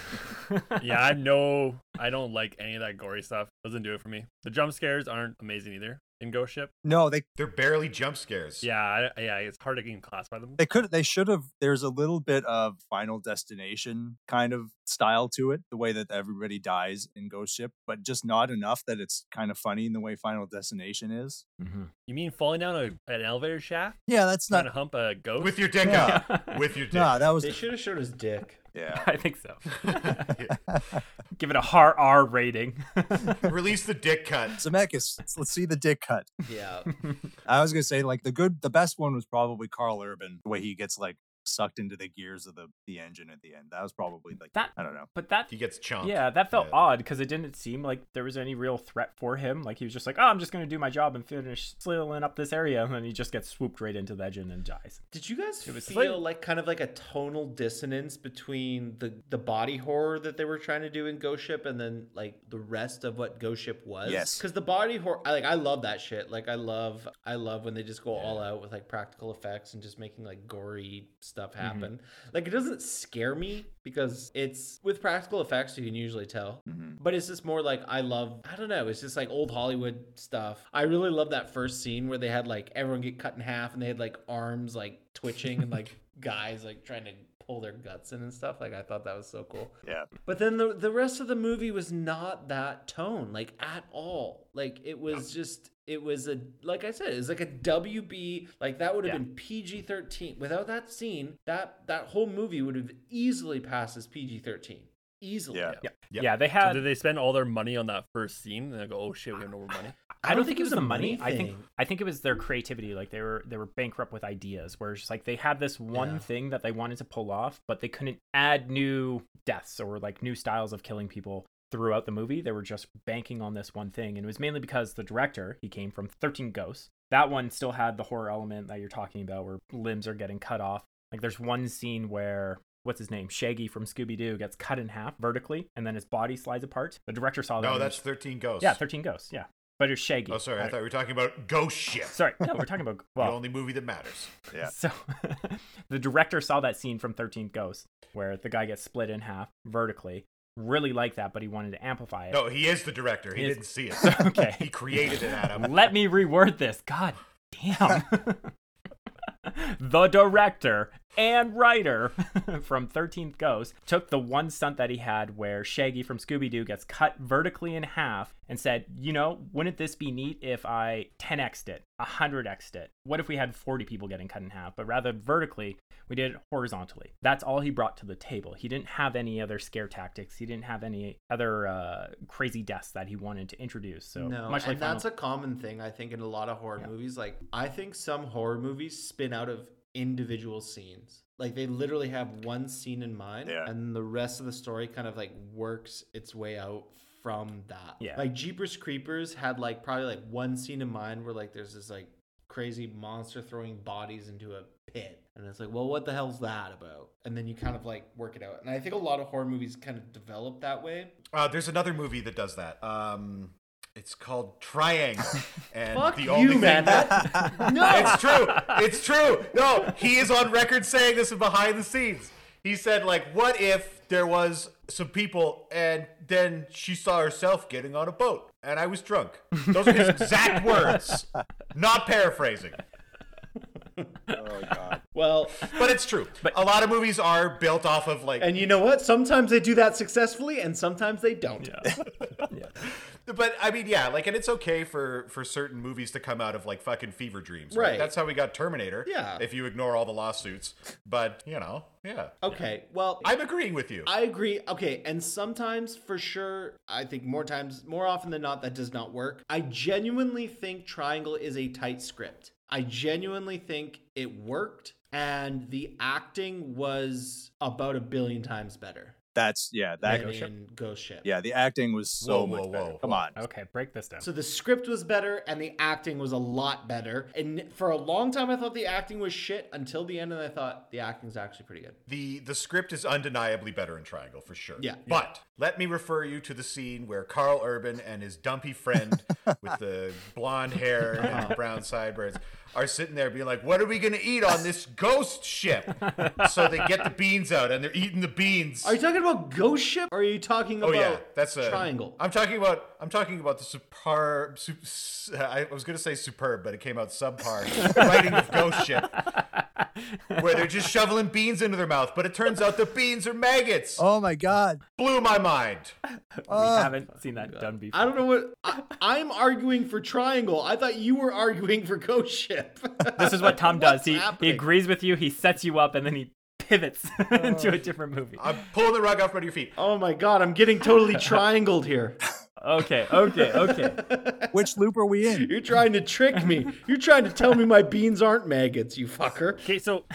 yeah, I know I don't like any of that gory stuff. Doesn't do it for me. The jump scares aren't amazing either in Ghost Ship.
No, they
They're barely jump scares.
Yeah, I, yeah, it's hard to even classify them.
They could. They should have. There's a little bit of Final Destination kind of style to it, the way that everybody dies in Ghost Ship, but just not enough that it's kind of funny in the way Final Destination is.
Mhm.
You mean falling down a, an elevator shaft,
Yeah, that's
trying
not.
to hump a ghost?
With your dick
Yeah.
out. With your dick.
Nah, that was.
They should have showed his dick.
Yeah.
i think so give it a hard r rating
Release the dick cut.
Zemeckis, let's- let's see the dick cut.
Yeah.
I was gonna say like the good, the best one was probably Carl Urban, the way he gets like sucked into the gears of the the engine at the end. That was probably like
That-
I don't know.
but that
He gets chomped.
Yeah, that felt
Yeah.
odd because it didn't seem like there was any real threat for him. Like he was just like, "Oh, I'm just gonna do my job and finish sliddling up this area," and then he just gets swooped right into the edge and then dies.
Did you guys
was
feel
like-
like, kind of like a tonal dissonance between the the body horror that they were trying to do in Ghost Ship and then like the rest of what Ghost Ship was?
Yes.
Because the body horror, I, like I love that shit. Like I love I love when they just go all out with like practical effects and just making like gory stuff happen. Like it doesn't scare me because it's with practical effects you can usually tell. But it's just more like I love I don't know, it's just like old Hollywood stuff. I really love that first scene where they had like everyone get cut in half and they had like arms like twitching and like guys like trying to pull their guts in and stuff. Like I thought that was so cool.
Yeah.
But then the the rest of the movie was not that tone, like at all. Like it was just it was a like I said, it was like a WB like that would have
Yeah.
been PG thirteen. Without that scene, that that whole movie would have easily passed as PG thirteen. Easily.
Yeah.
Yep.
Yeah, they
So
had.
did they spend all their money on that first scene and they go, oh shit, we have no more money?
I don't think it was the money.
money
I think
thing.
I think it was their creativity. Like they were they were bankrupt with ideas. Where it's just like they had this one
Yeah.
thing that they wanted to pull off, but they couldn't add new deaths or like new styles of killing people throughout the movie. They were just banking on this one thing, and it was mainly because the director he came from Thirteen Ghosts. That one still had the horror element that you're talking about, where limbs are getting cut off. Like there's one scene where what's his name Shaggy from Scooby Doo gets cut in half vertically, and then his body slides apart. The director saw that.
No,
and
Oh, that's 13 ghosts.
yeah, Thirteen Ghosts. Yeah, but it's Shaggy. Uh,
Oh, sorry. I thought we were talking about Ghost Ship.
Sorry, no, we're talking about
The
well.
only movie that matters.
Yeah.
So the director saw that scene from 13 Ghosts where the guy gets split in half vertically. Really liked that, but he wanted to amplify it.
No, he is the director. He
He is-
didn't see it.
Okay.
He created it, Adam.
Let me reword this. God damn. the director and writer from 13th Ghost took the one stunt that he had where Shaggy from Scooby Doo gets cut vertically in half and said, You know, wouldn't this be neat if I 10x'd it, 100x'd it? What if we had 40 people getting cut in half? But rather vertically, we did it horizontally. That's all he brought to the table. He didn't have any other scare tactics, he didn't have any other uh, crazy deaths that he wanted to introduce. So,
no,
much like
and that's
Final-
a common thing I think in a lot of horror
Yeah.
movies. Like I think some horror movies spin out of individual scenes. Like they literally have one scene in mind,
Yeah.
and the rest of the story kind of like works its way out from that.
Yeah.
Like Jeepers Creepers had like probably like one scene in mind where like there's this like crazy monster throwing bodies into a pit. And it's like, well, what the hell's that about? And then you kind of like work it out. And I think a lot of horror movies kind of develop that way.
Uh, there's another movie that does that. Um, it's called Triangle. And
Fuck
the
you,
only
man.
thing that
That- no,
It's true. It's true. No, he is on record saying this is behind the scenes. He said, like, what if there was some people and then she saw herself getting on a boat and I was drunk? Those are his exact words. Not paraphrasing.
Oh god.
Well,
But it's true. a lot of movies are built off of like
and you know what? Sometimes they do that successfully, and sometimes they don't.
but I mean yeah, like and it's okay for for certain movies to come out of like fucking fever dreams.
Right.
That's how we got Terminator.
Yeah.
If you ignore all the lawsuits. But you know, yeah.
Okay. Well, I
I'm agreeing with you.
I agree. Okay, and sometimes for sure, I think more times, more often than not, that does not work. I genuinely think Triangle is a tight script. I genuinely think it worked, and the acting was about a billion times better
That's yeah, that
than in Ghost Ship.
yeah, the acting was so
Whoa,
much
whoa,
better.
whoa.
Come on.
Okay, break this down.
So the script was better and the acting was a lot better. And for a long time, I thought the acting was shit until the end, and I thought the acting's actually pretty good.
The the script is undeniably better in Triangle for sure.
Yeah.
But let me refer you to the scene where Carl Urban and his dumpy friend with the blonde hair and
Uh-huh.
the brown sideburns are sitting there being like, What are we gonna eat on this ghost ship? so they get the beans out and they're eating the beans.
Are you talking about Ghost Ship? Or are you talking
Oh
about
yeah, that's a
Triangle?
I'm talking about I'm talking about the superb. Su- s- I was gonna say superb, but it came out subpar. writing of Ghost Ship, where they're just shoveling beans into their mouth, but it turns out the beans are maggots.
Oh my god.
Blew my mind.
we
uh,
Ah.
haven't seen that done before.
I don't know what I, I'm arguing for Triangle. I thought you were arguing for Ghost Ship.
This is what Tom does.
What's
He, he
happening?
agrees with you, he sets you up, and then he pivots into a different movie.
I'm pulling the rug off under your feet.
Oh my god, I'm getting totally triangled here.
Okay, okay, okay.
Which loop are we in?
You're trying to trick me. You're trying to tell me my beans aren't maggots, you fucker.
Okay, so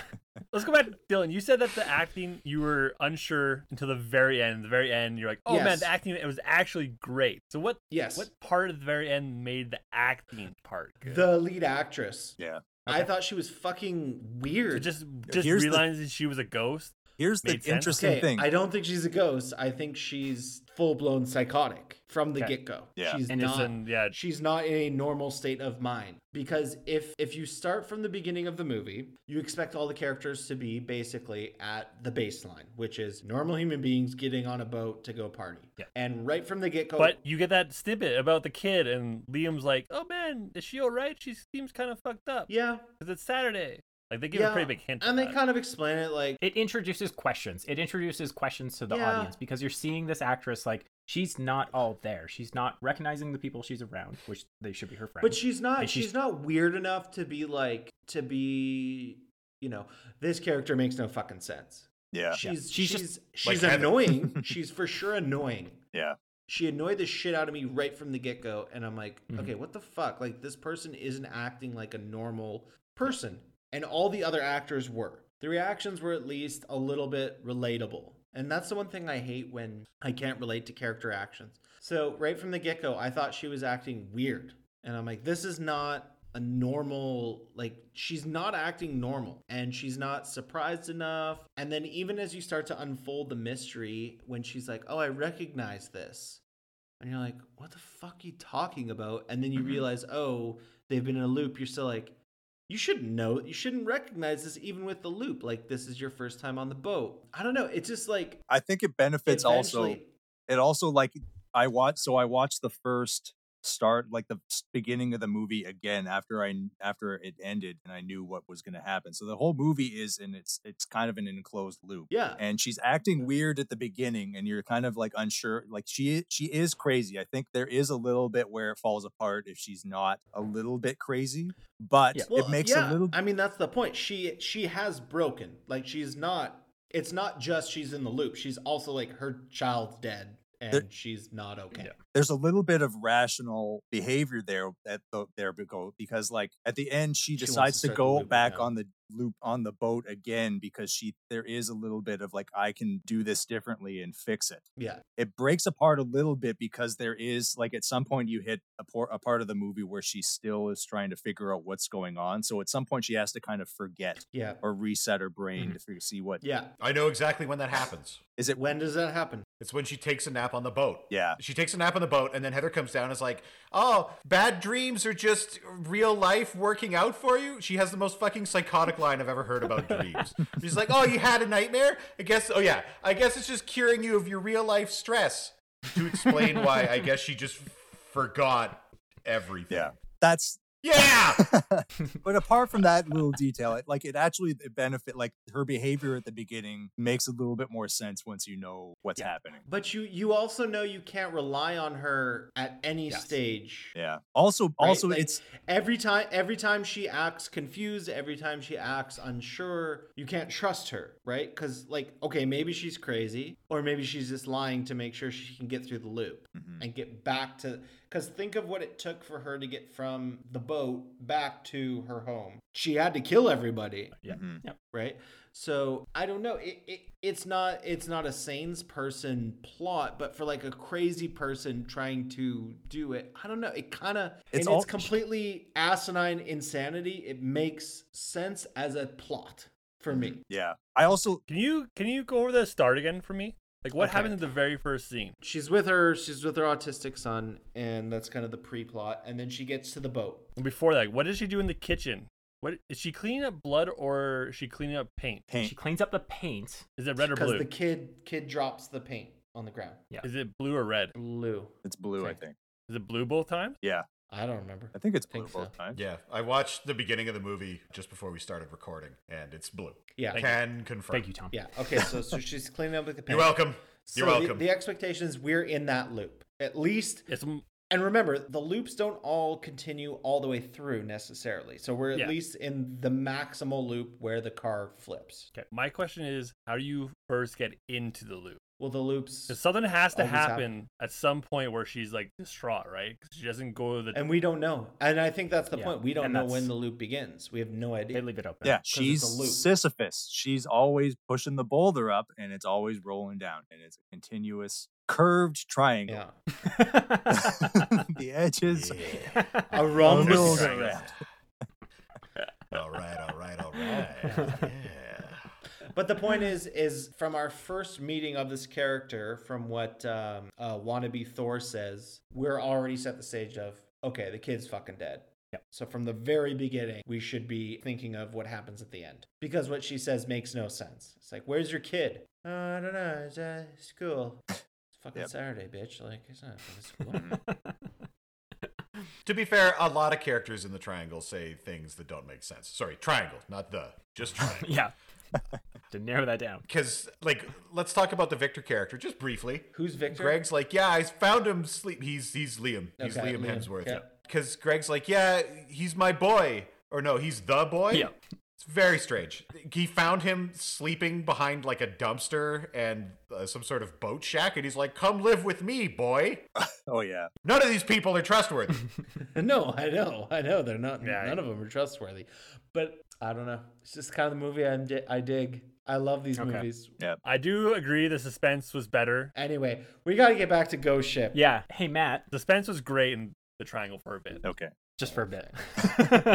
let's go back, Dylan. You said that the acting you were unsure until the very end. The very end, you're like, "Oh man,
Yes.
the acting it was actually great." So what?
Yes.
What part of the very end made the acting part good?
The lead actress.
Yeah.
I thought she was fucking
So
weird.
just just
Here's the-
realizing she was a ghost.
Here's the
Made sense.
interesting
okay,
thing.
I don't think she's a ghost. I think she's full blown psychotic from the
Okay.
get go.
Yeah.
She's
And it's
not
in- yeah.
she's not in a normal state of mind. Because if if you start from the beginning of the movie, you expect all the characters to be basically at the baseline, which is normal human beings getting on a boat to go party.
Yeah.
And right from the get go
But you get that snippet about the kid, and Liam's like, "Oh man, is she all right? She seems kind of fucked up."
Yeah.
because it's Saturday. Like they give
yeah.
a pretty big hint.
And
of
they
that.
kind of explain it like
It introduces questions. It introduces questions to the
Yeah.
audience because you're seeing this actress like she's not all there. She's not recognizing the people she's around, which they should be her friends.
But she's not.
And
She's,
she's-
not weird enough to be like to be. You know, this character makes no fucking sense.
yeah.
She's
She's
she's
just-
she's,
Like
she's
Heather.
annoying. she's for sure annoying.
Yeah.
She annoyed the shit out of me right from the get go, and I'm like,
Mhm.
okay, what the fuck? Like this person isn't acting like a normal person, and all the other actors were. The reactions were at least a little bit relatable, and that's the one thing I hate when I can't relate to character actions. So right from the get go, I thought she was acting weird, and I'm like, this is not a normal like she's not acting normal and she's not surprised enough and then even as you start to unfold the mystery when she's like oh i recognize this and you're like what the fuck are you talking about and then you
Mm-hmm.
realize oh they've been in a loop you're still like you shouldn't know you shouldn't recognize this even with the loop like this is your first time on the boat i don't know it's just like
I think it benefits also
eventually-
it also like I watched so I watched the first start like the s- beginning of the movie again after I kn- after it ended and I knew what was going to happen. So the whole movie is in it's it's kind of an enclosed loop.
Yeah.
And she's acting weird at the beginning and you're kind of like unsure like she she is crazy. I think there is a little bit where it falls apart if she's not a little bit crazy, but it
Well,
makes
yeah,
a little
I mean, that's the point. She she has broken. Like she's not. It's not just she's in the loop. She's also like her child's dead and
There-
she's not okay.
there's a little bit of rational behavior there at the there we go because like at the end she,
wants to
decides to
start the
go
loop
back
again.
on the loop on the boat again because she there is a little bit of like I can do this differently and fix it.
Yeah.
It breaks apart a little bit because there is like at some point you hit a, por- a part of the movie where she still is trying to figure out what's going on. So at some point she has to kind of forget
Yeah.
or reset her brain to figure, see what is
Yeah.
I know exactly when that happens.
it.
When does that happen?
It's when she takes a nap on the boat.
Yeah.
She takes a nap on the boat, and then Heather comes down and is like, Oh, bad dreams are just real life working out for you. She has the most fucking psychotic line I've ever heard about dreams. She's like, Oh, you had a nightmare? I guess, oh yeah, I guess it's just curing you of your real life stress. To explain why, I guess she just forgot everything.
Yeah. That's
Yeah!
but apart from that little detail, it like it actually it benefit like her behavior at the beginning makes a little bit more sense once you know what's happening.
But you you also know you can't rely on her at any
Yes.
stage.
Yeah. Also,
right?
also
Like,
it's
every time every time she acts confused, every time she acts unsure, you can't trust her, right? Cuz like okay, maybe she's crazy or maybe she's just lying to make sure she can get through the loop and get back to cuz think of what it took for her to get from the boat back to her home. She had to kill everybody
Yeah.
Mhm.
Yep.
right so i don't know it, it it's not it's not a sane's person plot but for like a crazy person trying to do it i don't know it kind of
It's
it's,
all-
it's completely asinine insanity it makes sense as a plot for me
yeah. I also
Can you can you go over the start again for me? Like what
Okay.
happened in the very first scene?
she's with her she's with her autistic son and that's kind of the pre-plot and then she gets to the boat
And Before that, what does she do in the kitchen? What is she cleaning up blood or is she cleaning up paint?
paint.
She cleans up the paint.
Is it red or
because
blue?
the kid kid drops the paint on the ground
Yeah.
Is it blue or red?
blue
It's blue, I
Okay.
think.
Is it blue both times?
Yeah,
i don't remember
I think it's blue
Think so.
both times.
yeah, I watched the beginning of the movie just before we started recording, and it's blue.
yeah
Can confirm.
Thank you, Tom.
yeah okay so so she's cleaning up with the paint
You're welcome.
So
You're
the-
welcome.
The, expectation is we're in that loop. At least
It's m-
and remember, the loops don't all continue all the way through necessarily. So we're at
Yeah.
least in the maximal loop where the car flips.
okay. My question is, how do you first get into the loop?
Well the loops
'Cause something has to
Always happen.
happen at some point where she's like distraught, right? 'Cause she doesn't go to the
and we don't know. And I think that's the
Yeah,
point. We don't
and
know
that's-
when the loop begins. We have no
They
idea.
leave it open.
Yeah,
it's a
she's
loop.
Sisyphus. She's always pushing the boulder up and it's always rolling down and it's a continuous curved triangle.
Yeah.
the edges
Around
Round
the
rolls
circle.
around.
All right, all right, all right. Yeah.
But the point is, is from our first meeting of this character, from what um, uh, wannabe Thor says, we're already set the stage of okay, the kid's fucking dead.
Yep.
So from the very beginning, we should be thinking of what happens at the end because what she says makes no sense. It's like, where's your kid? Uh, I don't know. It's uh, school. It's fucking
Yep.
Saturday, bitch. Like it's not fucking school.
To be fair, a lot of characters in the triangle say things that don't make sense. Sorry, triangle, not the, just triangle.
yeah. to narrow that down.
Because, like, let's talk about the Victor character just briefly.
Who's Victor?
Greg's like, yeah, I found him sleep. He's he's Liam. He's
Okay,
Liam
Liam,
Hemsworth.
yeah.
Because Greg's like, yeah, he's my boy, or no, he's the boy.
Yeah.
It's very strange. He found him sleeping behind like a dumpster and uh, some sort of boat shack, and he's like, "Come live with me, boy."
Oh yeah.
None of these people are trustworthy.
no, I know, I know. They're not.
Yeah.
None of them are trustworthy. But I don't know. It's just kind of the movie I'm di- I dig. I love these
Okay.
movies.
I do agree the suspense was better.
Anyway, we got to get back to Ghost Ship.
Yeah. Hey, Matt,
Suspense was great in the triangle for a bit.
Okay.
just for a bit.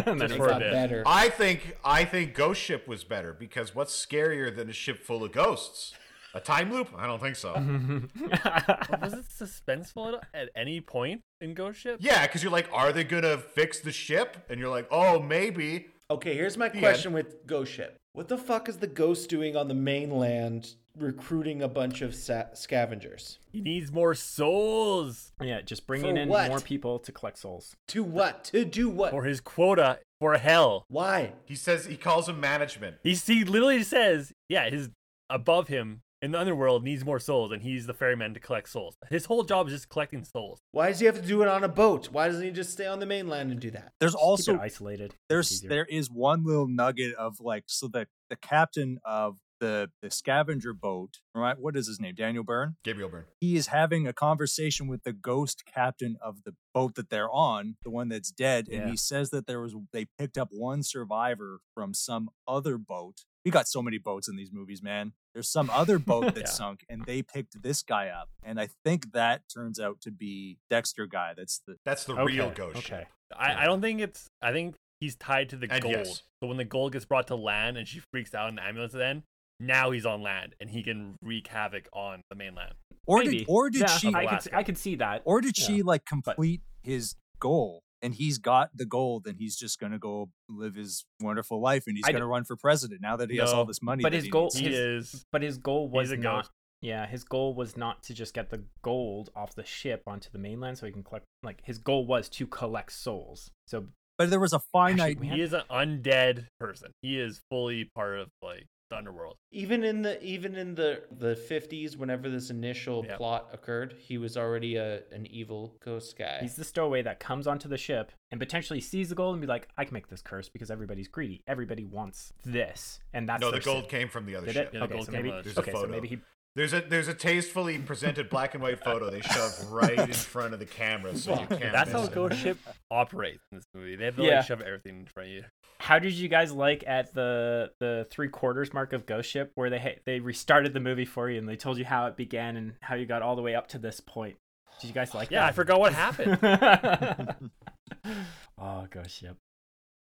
And then
It
Just
it's
for a
got
bit.
better.
I think I think Ghost Ship was better because what's scarier than a ship full of ghosts? A time loop? I don't think
Mm-hmm.
so.
But was it suspenseful at, at any point in Ghost Ship?
Yeah, because you're like, are they gonna fix the ship? And you're like, oh, maybe.
Okay, here's my
The
question with Ghost Ship. What the fuck is the ghost doing on the mainland
recruiting a bunch of sa- scavengers.
He needs more souls
Yeah, just bringing
For
in
what?
more people to collect souls.
To what? To do what?
for his quota for hell.
Why?
He says he calls him management.
He he literally says, yeah, his above him in the underworld needs more souls, and he's the ferryman to collect souls. His whole job is just collecting souls.
Why does he have to do it on a boat? Why doesn't he just stay on the mainland and do that?
There's
Keep it
also
isolated.
there's
Easier.
there is one little nugget of like so the the captain of the the scavenger boat right what is his name Daniel Byrne
Gabriel Byrne.
he is having a conversation with the ghost captain of the boat that they're on the one that's dead and
Yeah.
he says that there was they picked up one survivor from some other boat we got so many boats in these movies man there's some other boat that
Yeah.
sunk and they picked this guy up and I think that turns out to be Dexter guy that's the
That's the real ghost ship.
I, I don't think it's. I think he's tied to the
And
gold.
yes.
So when the gold gets brought to land and she freaks out in the ambulance, then now he's on land and he can wreak havoc on the mainland.
or
Maybe.
did or did
Yeah,
she
I could,
Alaska.
I could see that.
Or did
Yeah.
she like complete his goal? And he's got the gold, and he's just gonna go live his wonderful life, and he's
I d-
gonna run for president now that he has all
No,
this money.
but
that
his
he
goal-
needs.
He
His-
is.
But his goal was
a
not.
ghost.
Yeah, his goal was not to just get the gold off the ship onto the mainland so he can collect. Like his goal was to collect souls. So
but there was a finite.
we-
He is an undead person. He is fully part of like the underworld.
Even in the even in the the fifties, whenever this initial
Yeah.
plot occurred, he was already a an evil ghost guy.
he's the stowaway that comes onto the ship and potentially sees the gold and be like, "I can make this curse because everybody's greedy. Everybody wants this, and that's
no, the
their
gold
sin."
came from the other
Did
ship.
it?
Yeah, the
okay,
gold
so
came
maybe,
out.
There's a
okay, so
photo.
maybe he
There's a there's a tastefully presented black and white photo they shove right in front of the camera so you can't
That's
miss
how
it.
ghost ship operates in this movie. They have to
Yeah.
like shove everything in front of you.
How did you guys like at the the three quarters mark of Ghost Ship, where they they restarted the movie for you and they told you how it began and how you got all the way up to this point? Did you guys like
Yeah, I
that?
forgot what happened.
oh, Ghost Ship.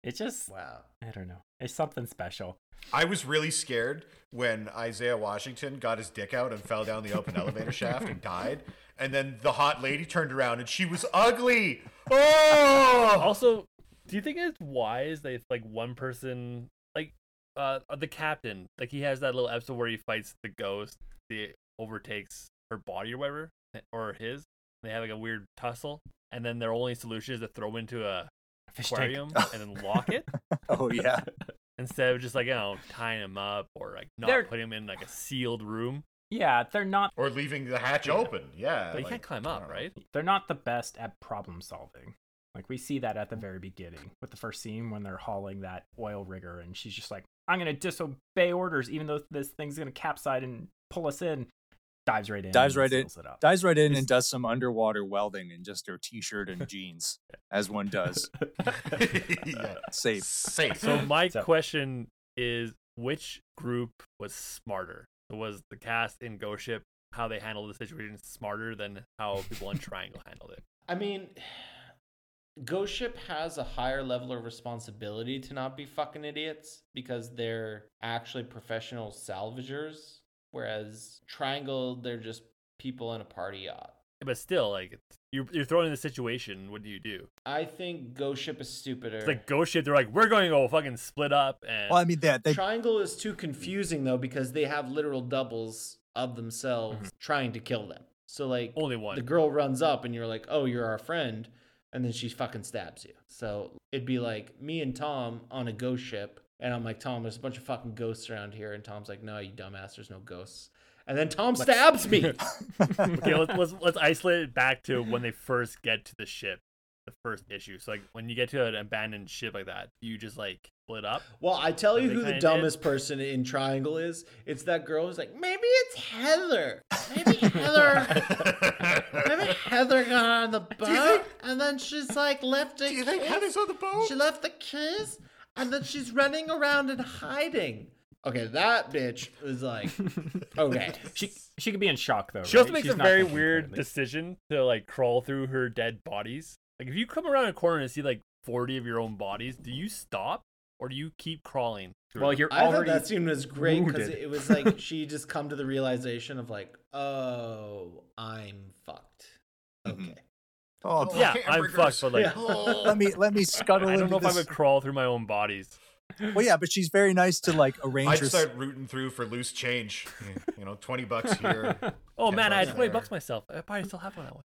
It just
wow.
I don't know. It's something special.
I was really scared when Isaiah Washington got his dick out and fell down the open elevator shaft and died. And then the hot lady turned around and she was ugly. Oh,
also, do you think it's wise that if like one person, like uh, the captain, like he has that little episode where he fights the ghost, the overtakes her body or whatever, or his. They have like a weird tussle, and then their only solution is to throw into a
Fish tank.
aquarium and then lock it
oh yeah,
instead of just like you know tying him up or like not
They're-
putting him in like a sealed room.
Yeah, they're not
or leaving the hatch open. Yeah,
But you
like,
can't climb
I don't
up,
know.
right?
they're not the best at problem solving. Like we see that at the very beginning with the first scene when they're hauling that oil rigger and she's just like, I'm gonna disobey orders even though this thing's gonna capsize and pull us in. Dives right in.
Dives
and
right in.
seals It up.
dives right in
It's-
and does some underwater welding in just her t-shirt and jeans, as one does.
yeah.
Safe.
Safe.
So my
So-
question is, which group was smarter? Was the cast in Ghost Ship how they handled the situation smarter than how people in Triangle handled it?
I mean, Ghost Ship has a higher level of responsibility to not be fucking idiots because they're actually professional salvagers, whereas Triangle, they're just people in a party yacht.
But still, like it's- you're you're thrown in the situation. What do you do?
I think Ghost Ship is stupider.
It's like Ghost Ship. They're like, we're going to go fucking split up, and
Well, I mean that they
Triangle is too confusing though because they have literal doubles of themselves trying to kill them. So like
only one.
the girl runs up and you're like, "Oh, you're our friend," and then she fucking stabs you. So it'd be like me and Tom on a ghost ship, and I'm like, "Tom, there's a bunch of fucking ghosts around here," and Tom's like, "No, you dumbass, there's no ghosts." And then Tom stabs me.
okay, let's, let's let's isolate it back to when they first get to the ship, the first issue. So like when you get to an abandoned ship like that, do you just like split up.
Well, I tell you
They
who the
kinda
dumbest person in Triangle is. It's that girl who's like, "Maybe it's Heather. Maybe Heather." Maybe Heather got on the boat, and then she's like left a
Do you think
kiss.
Heather's on the boat?
She left the keys, and then she's running around and hiding. Okay, that bitch was like, okay,
She she could be in shock though.
She also
right?
makes
She's
a
not
very
thinking
weird
clearly.
decision to like crawl through her dead bodies. Like if you come around a corner and see like 40 of your own bodies, do you stop or do you keep crawling? through
Well,
them?
you're
I thought
already
that scene was great because
wounded.
it was like she just come to the realization of like, oh, I'm fucked.
Mm-hmm.
Okay,
oh,
yeah, I'm
hamburgers.
fucked, but like
Yeah.
let me let me scuttle
I don't
into
know if I
this.
would crawl through my own bodies.
Well, yeah, but she's very nice to like
I
arrange her.
start rooting through for loose change. You know, twenty bucks here.
Oh
Ten
man,
bucks
I had twenty
there.
bucks myself. I probably still have one. That one.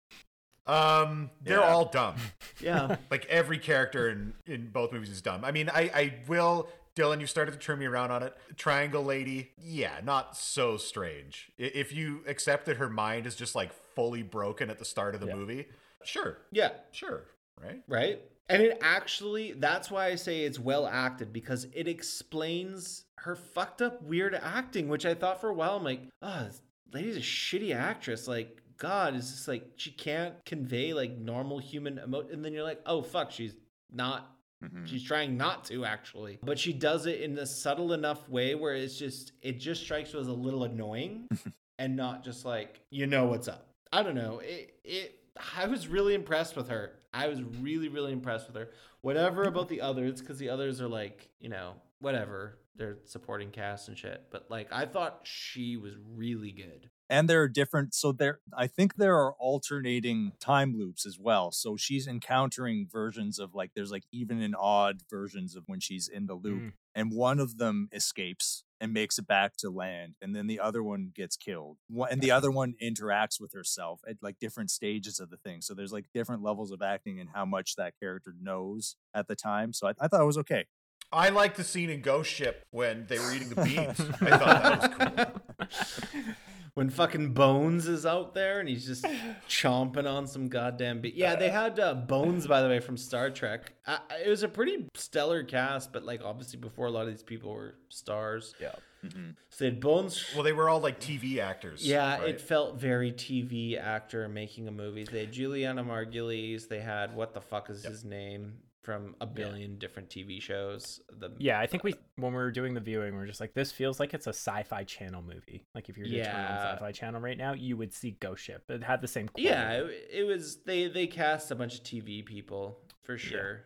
Um, they're
Yeah.
all dumb.
Yeah.
Like every character in in both movies is dumb. I mean, I I will. Dylan, you started to turn me around on it. Triangle Lady, yeah, not so strange. I- If you accept that her mind is just like fully broken at the start of the movie, sure,
Yeah.
sure, right?
Right? And it actually, that's why I say it's well acted because it explains her fucked up weird acting, which I thought for a while, I'm like, oh, this lady's a shitty actress. Like, God, is just like, she can't convey like normal human emotion. And then you're like, oh, fuck, she's not. She's trying not to actually, but she does it in a subtle enough way where it's just, it just strikes you as a little annoying and not just like you know what's up. I don't know. It it I was really impressed with her. I was really really impressed with her. Whatever about the others cuz the others are like, you know, whatever. They're supporting cast and shit. But like I thought she was really good.
and there are different so there i think there are alternating time loops as well so she's encountering versions of like there's like even and odd versions of when she's in the loop
Mm.
and one of them escapes and makes it back to land and then the other one gets killed Wha- and the other one interacts with herself at like different stages of the thing so there's like different levels of acting and how much that character knows at the time so i, I thought it was okay
I like the scene in Ghost Ship when they were eating the beans. I thought that was cool.
When fucking Bones is out there and he's just chomping on some goddamn beat. Yeah, they had uh, Bones by the way from Star Trek. I, I- it was a pretty stellar cast, but like obviously before a lot of these people were stars. Yeah.
Mm-hmm.
So they had Bones
Well, they were all like TV actors.
Yeah,
right?
it felt very TV actor making a movie. They had Juliana Margulies. They had what the fuck is his name from a billion different TV shows. The
Yeah, I think we when we were doing the viewing, we were just like, this feels like it's a sci-fi channel movie. Like if you're gonna turn on
Yeah.
sci-fi channel right now, you would see Ghost Ship. It had the same. Quality.
yeah, it, it was they they cast a bunch of TV people for sure.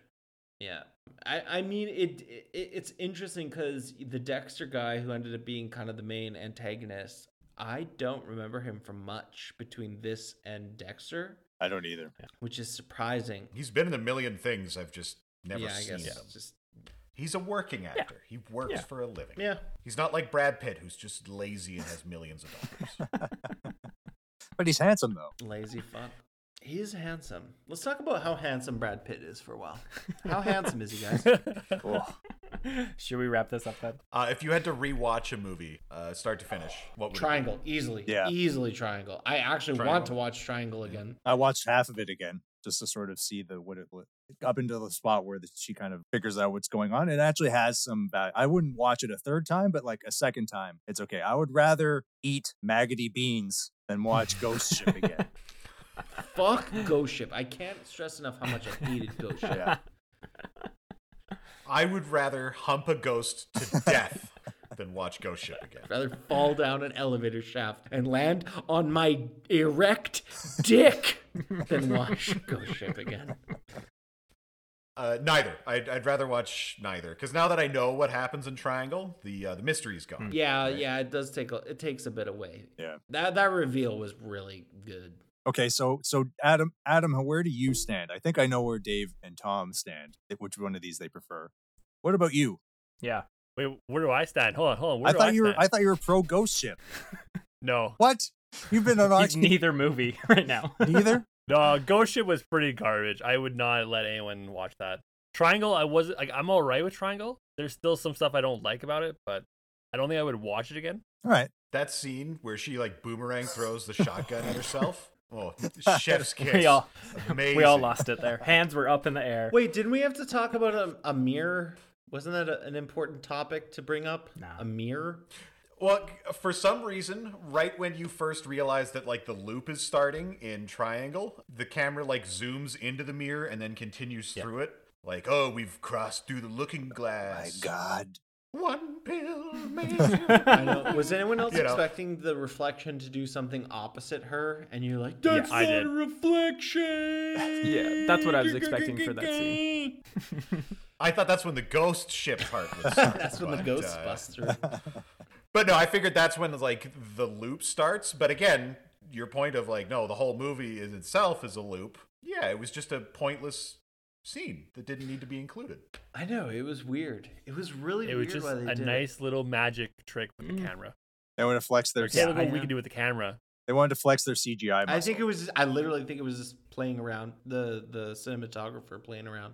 Yeah, I I mean it, it it's interesting because the Dexter guy who ended up being kind of the main antagonist. I don't remember him from much between this and Dexter,
i don't either
which is surprising.
He's been in a million things I've just never
yeah, I
seen
guess
him.
just
He's a working actor. He works
Yeah.
for a living.
yeah.
He's not like Brad Pitt, who's just lazy and has millions of dollars.
but he's handsome though
Lazy fuck. He is handsome. Let's talk about how handsome Brad Pitt is for a while. How handsome is he, guys?
Should we wrap this up then?
uh, if you had to rewatch a movie, uh, start to finish, what would it
Triangle, easily.
Yeah.
Easily Triangle. I actually want
Triangle.
to watch Triangle again.
I watched half of it again just to sort of see the what it what- up into the spot where the, she kind of figures out what's going on. It actually has some value. I wouldn't watch it a third time, but like a second time, it's okay. I would rather eat maggoty beans than watch Ghost Ship again.
Fuck Ghost Ship. I can't stress enough how much I hated Ghost Ship.
Yeah.
be? I would rather hump a ghost to death than watch Ghost Ship again.
I'd rather fall down an elevator shaft and land on my erect dick than watch Ghost Ship again.
Uh, neither. I'd, I'd rather watch neither because now that I know what happens in Triangle, the uh, the mystery is
Hmm.
gone.
Yeah, yeah, it does take a, it takes a bit away.
Yeah.
That that reveal was really good.
Okay, so so Adam Adam, where do you stand? I think I know where Dave and Tom stand. if- Which one of these they prefer? What about you?
Yeah.
Wait, where do I stand? Hold on, hold on. Where
I
do
thought
I
you were I
stand?
thought you were pro Ghost Ship.
no,
What? You've been on our
He's neither movie right now.
neither.
no. Ghost Ship was pretty garbage. I would not let anyone watch that. Triangle, I wasn't like I'm all right with Triangle. There's still some stuff I don't like about it, but I don't think I would watch it again.
All right.
That scene where she like boomerang throws the shotgun at herself. Oh, chef's kiss.
We all
Amazing.
we all lost it there. Hands were up in the air.
Wait, didn't we have to talk about a, a mirror? Wasn't that a, an important topic to bring up?
Nah.
A mirror?
Well, for some reason, right when you first realize that like the loop is starting in triangle, the camera like zooms into the mirror and then continues through it. Like, oh, we've crossed through the looking
Oh My
glass.
God.
One pill makes you-
I know. Was anyone else
You know.
expecting the reflection to do something opposite her? And you're like, that's
I
not
did.
a reflection.
Yeah, that's what I was expecting for that
scene.
I thought that's when the ghost ship part was. Started,
That's when the
but, uh,
Ghostbuster.
But no, I figured that's when like the loop starts. But again, your point of like, no, the whole movie in itself is a loop. Yeah, it was just a pointless scene that didn't need to be included.
I know it was weird. It was really
It was
weird
just
why they
a
did
nice little magic trick with the camera.
They want to flex their.
There's yeah,
c-
what we can do with the camera.
They wanted to flex their CGI.
it.
Muscle.
I think it was. Just, I literally think it was just playing around. The the cinematographer playing around.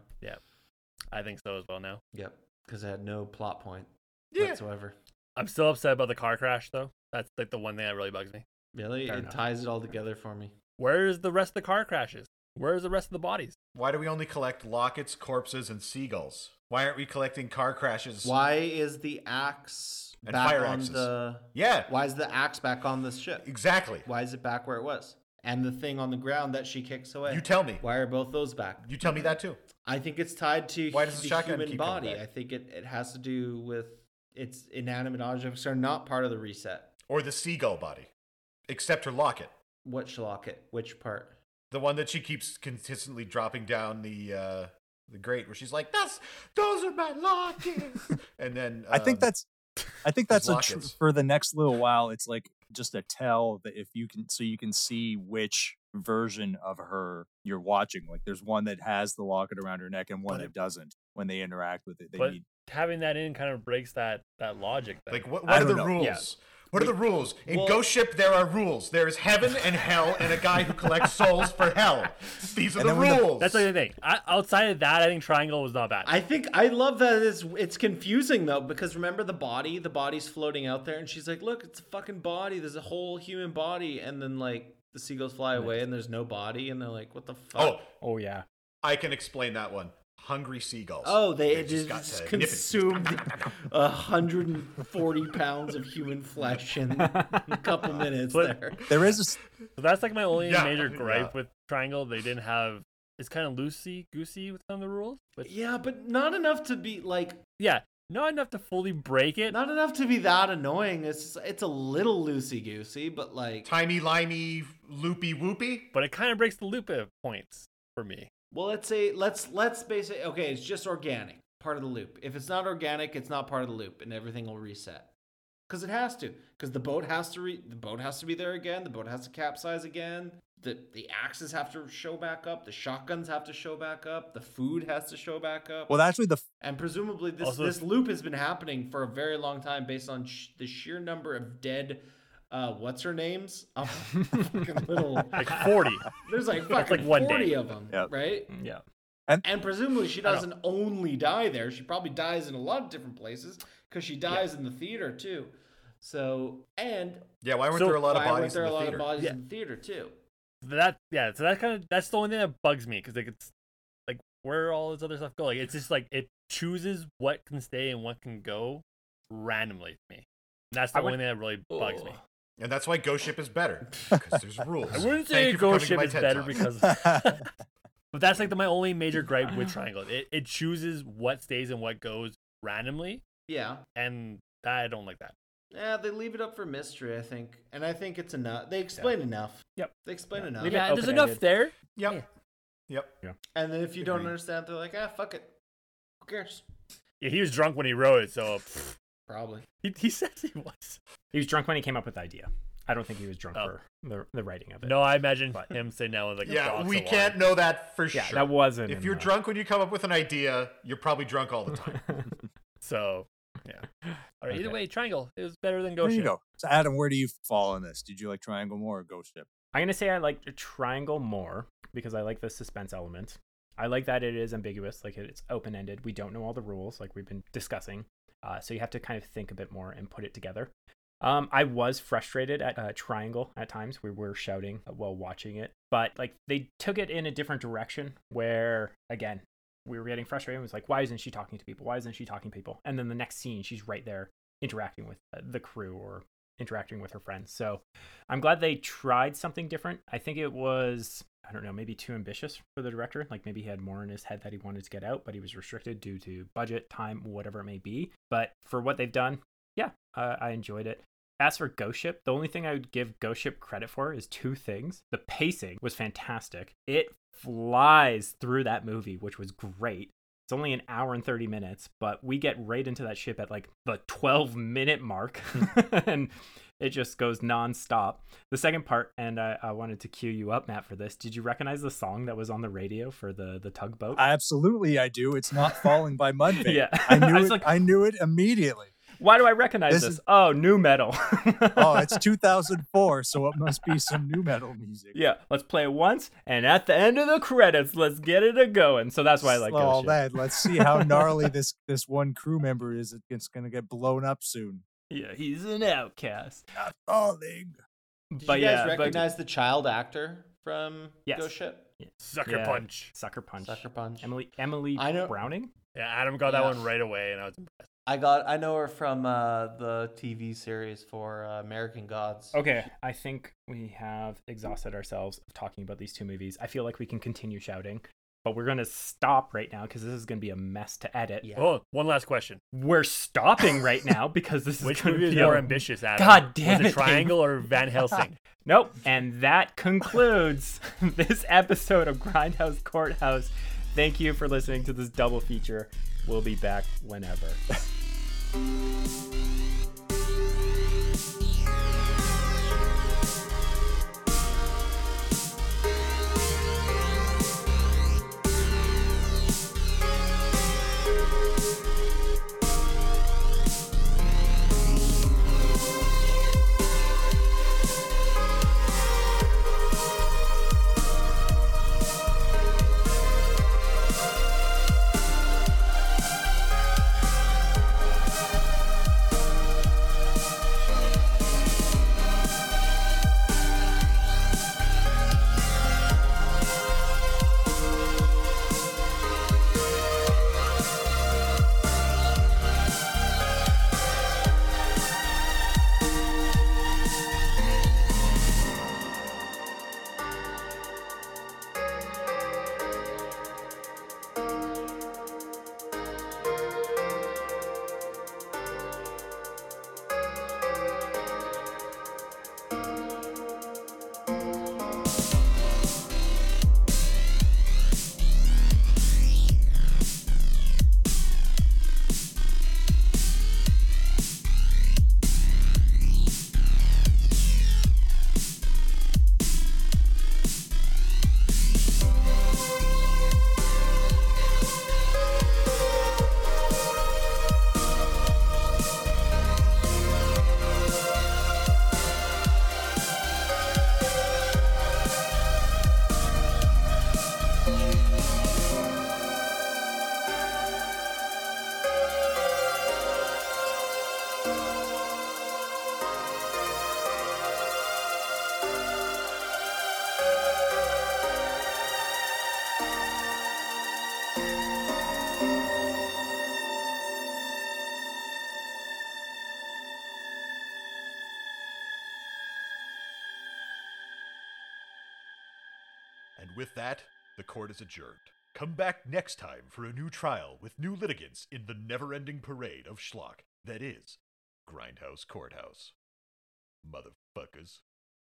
I think so as well now.
Yep, because I had no plot point
Yeah.
whatsoever.
I'm still upset about the car crash though. That's like the one thing that really bugs me.
Really,
Fair
it
enough.
ties it all together for me.
Where's the rest of the car crashes? Where's the rest of the bodies?
Why do we only collect lockets, corpses, and seagulls? Why aren't we collecting car crashes?
Why is the axe
And
back
fire
on
axes.
the?
Yeah,
Why is the axe back on the ship?
exactly.
Why is it back where it was? And the thing on the ground that she kicks away.
You tell me.
Why are both those back?
You tell me that too.
I think it's tied to
Why does the
the,
shotgun
human
keep coming
body.
back?
I think it, it has to do with its inanimate objects are not part of the reset.
Or the seagull body, except her locket,
What shlocket? Which part?
the one that she keeps consistently dropping down the uh, the grate, where she's like, "That's those are my lockets," and then
I think
um,
that's. I think that's a tr-
lockets.
for the next little while. It's like just a tell that if you can, so you can see which version of her you're watching. Like there's one that has the locket around her neck and one
But
that doesn't. When they interact with it, they
but
need.
having that in kind of breaks that that logic. Then.
Like what?
I
What are
don't
the
know.
rules?
Yeah.
What are the rules? In
Well-
Ghost Ship, there are rules. There is heaven and hell, and a guy who collects souls for hell. These are
And
the
then when the-
rules.
that's the only thing. I, outside of that, I think triangle was not bad.
I think I love that it's it's confusing though because remember the body, the body's floating out there, and she's like, "Look, it's a fucking body. There's a whole human body." And then like the seagulls fly away, and there's no body, and they're like, "What the fuck?"
oh,
Oh yeah.
I can explain that one. Hungry seagulls.
Oh, they, it just,
just got to nip it.
consumed a hundred and forty pounds of human flesh in a couple minutes
But-
there.
There is a s-
so that's like my only
Yeah,
major
yeah.
gripe with triangle. They didn't have. It's kind of loosey goosey with some of the rules, but
Yeah, but not enough to be like
yeah, not enough to fully break it.
not enough to be that annoying. It's just, it's a little loosey goosey, but like
Timey limey, loopy whoopy.
but it kind of breaks the loop of points for me.
well, let's say let's let's basically okay, it's just organic part of the loop. If it's not organic, it's not part of the loop, and everything will reset. Cause it has to. Cause the boat has to re- the boat has to be there again. The boat has to capsize again. The the axes have to show back up. The shotguns have to show back up. The food has to show back up.
well, actually, the
And presumably, this
Also-
this loop has been happening for a very long time, based on sh- the sheer number of dead. Uh, what's her names? Oh, fucking little.
Like forty.
There's like fucking
like one
forty
day.
of them,
Yep.
right?
Mm, Yeah.
And presumably, she doesn't only die there. She probably dies in a lot of different places because she dies in the theater too. So and
Yeah, why weren't
So
there a lot of
why weren't
bodies
there
in
a
the
lot
theater?
of bodies
Yeah.
in the theater too?
that yeah, so that kind of that's the only thing that bugs me because like it's like where all this other stuff go. Like it's just like it chooses what can stay and what can go randomly to me. And that's the
I would-
only thing that really bugs me.
and that's why Ghost Ship is better because there's rules.
I
Thank
wouldn't say
you for coming to
Ghost Ship
my
is
TED
better
Talk.
because, but that's like the, my only major gripe with Triangle. It it chooses what stays and what goes randomly,
Yeah.
and I don't like that.
Yeah, they leave it up for mystery, I think, and I think it's enough. They explain enough.
Yep.
They explain enough.
Leave it
Yeah, there's
open-ended.
enough there.
Yep.
Yeah.
Yep.
And then if you don't
Agreed.
understand, they're like, ah, fuck it. Who cares?
Yeah, he was drunk when he wrote it, so pff,
Probably.
he he says he was.
He was drunk when he came up with the idea. I don't think he was drunk
Oh.
for the, the writing of it.
No, I imagine him sitting down with like a box
Yeah,
of
we
wine.
can't know that for
Yeah,
sure.
that wasn't.
if
in
you're
the-
drunk when you come up with an idea, you're probably drunk all the time.
So yeah. All right. Either
Okay.
way, triangle is better than
there
ghost.
you
Ship.
go. So Adam, where do you fall in this? Did you like Triangle more or Ghost Ship?
I'm gonna say I like the Triangle more because I like the suspense element. I like that it is ambiguous, like it's open ended. We don't know all the rules, like we've been discussing. Uh, so you have to kind of think a bit more and put it together. Um, I was frustrated at uh, Triangle at times. We were shouting while watching it, but like they took it in a different direction. Where again, we were getting frustrated. It was like, why isn't she talking to people? Why isn't she talking to people? And then the next scene, she's right there interacting with uh, the crew or interacting with her friends. So I'm glad they tried something different. I think it was, I don't know, maybe too ambitious for the director. Like maybe he had more in his head that he wanted to get out, but he was restricted due to budget, time, whatever it may be. But for what they've done, yeah, uh, I enjoyed it. As for Ghost Ship, the only thing I would give Ghost Ship credit for is two things. The pacing was fantastic. It flies through that movie, which was great. It's only an hour and 30 minutes, but we get right into that ship at like the 12 minute mark. and It just goes nonstop. The second part, and I, I wanted to cue you up, Matt, for this. Did you recognize the song that was on the radio for the the tugboat?
Absolutely, I do. It's not falling by Mudvayne.
Yeah.
I knew
I was
it.
like-
I knew it immediately.
Why do I recognize
This
this?
is-
Oh, new metal.
Oh, it's 2004, so it must be some new metal music.
yeah. Let's play it once, and at the end of the credits, let's get it a going. So that's why I like
Well,
Ghost Ship.
man, let's see how gnarly this this one crew member is. It's gonna get blown up soon.
Yeah, he's an outcast.
Not
Oh,
falling.
Did
but
you guys
yeah, but-
recognize the child actor from
Yes.
Ghost Ship?
Sucker
Yeah.
punch.
Sucker Punch.
Sucker Punch.
Emily Emily
I know-
Browning.
Yeah, Adam got that
Yeah.
one right away, and I was
I got I know her from uh, the TV series for uh, American Gods.
Okay, I think we have exhausted ourselves of talking about these two movies. I feel like we can continue shouting, but we're gonna stop right now because this is gonna be a mess to edit.
Yeah.
Oh, one last question.
We're stopping right now because this is
Which
gonna
movie is
be a-
more ambitious, Adam?
God damn
Was
it,
it Triangle or Van Helsing?
Nope. And that concludes this episode of Grindhouse Courthouse. Thank you for listening to this double feature. We'll be back whenever.
And with that, the court is adjourned. Come back next time for a new trial with new litigants in the never ending parade of schlock that is Grindhouse Courthouse. Motherfuckers.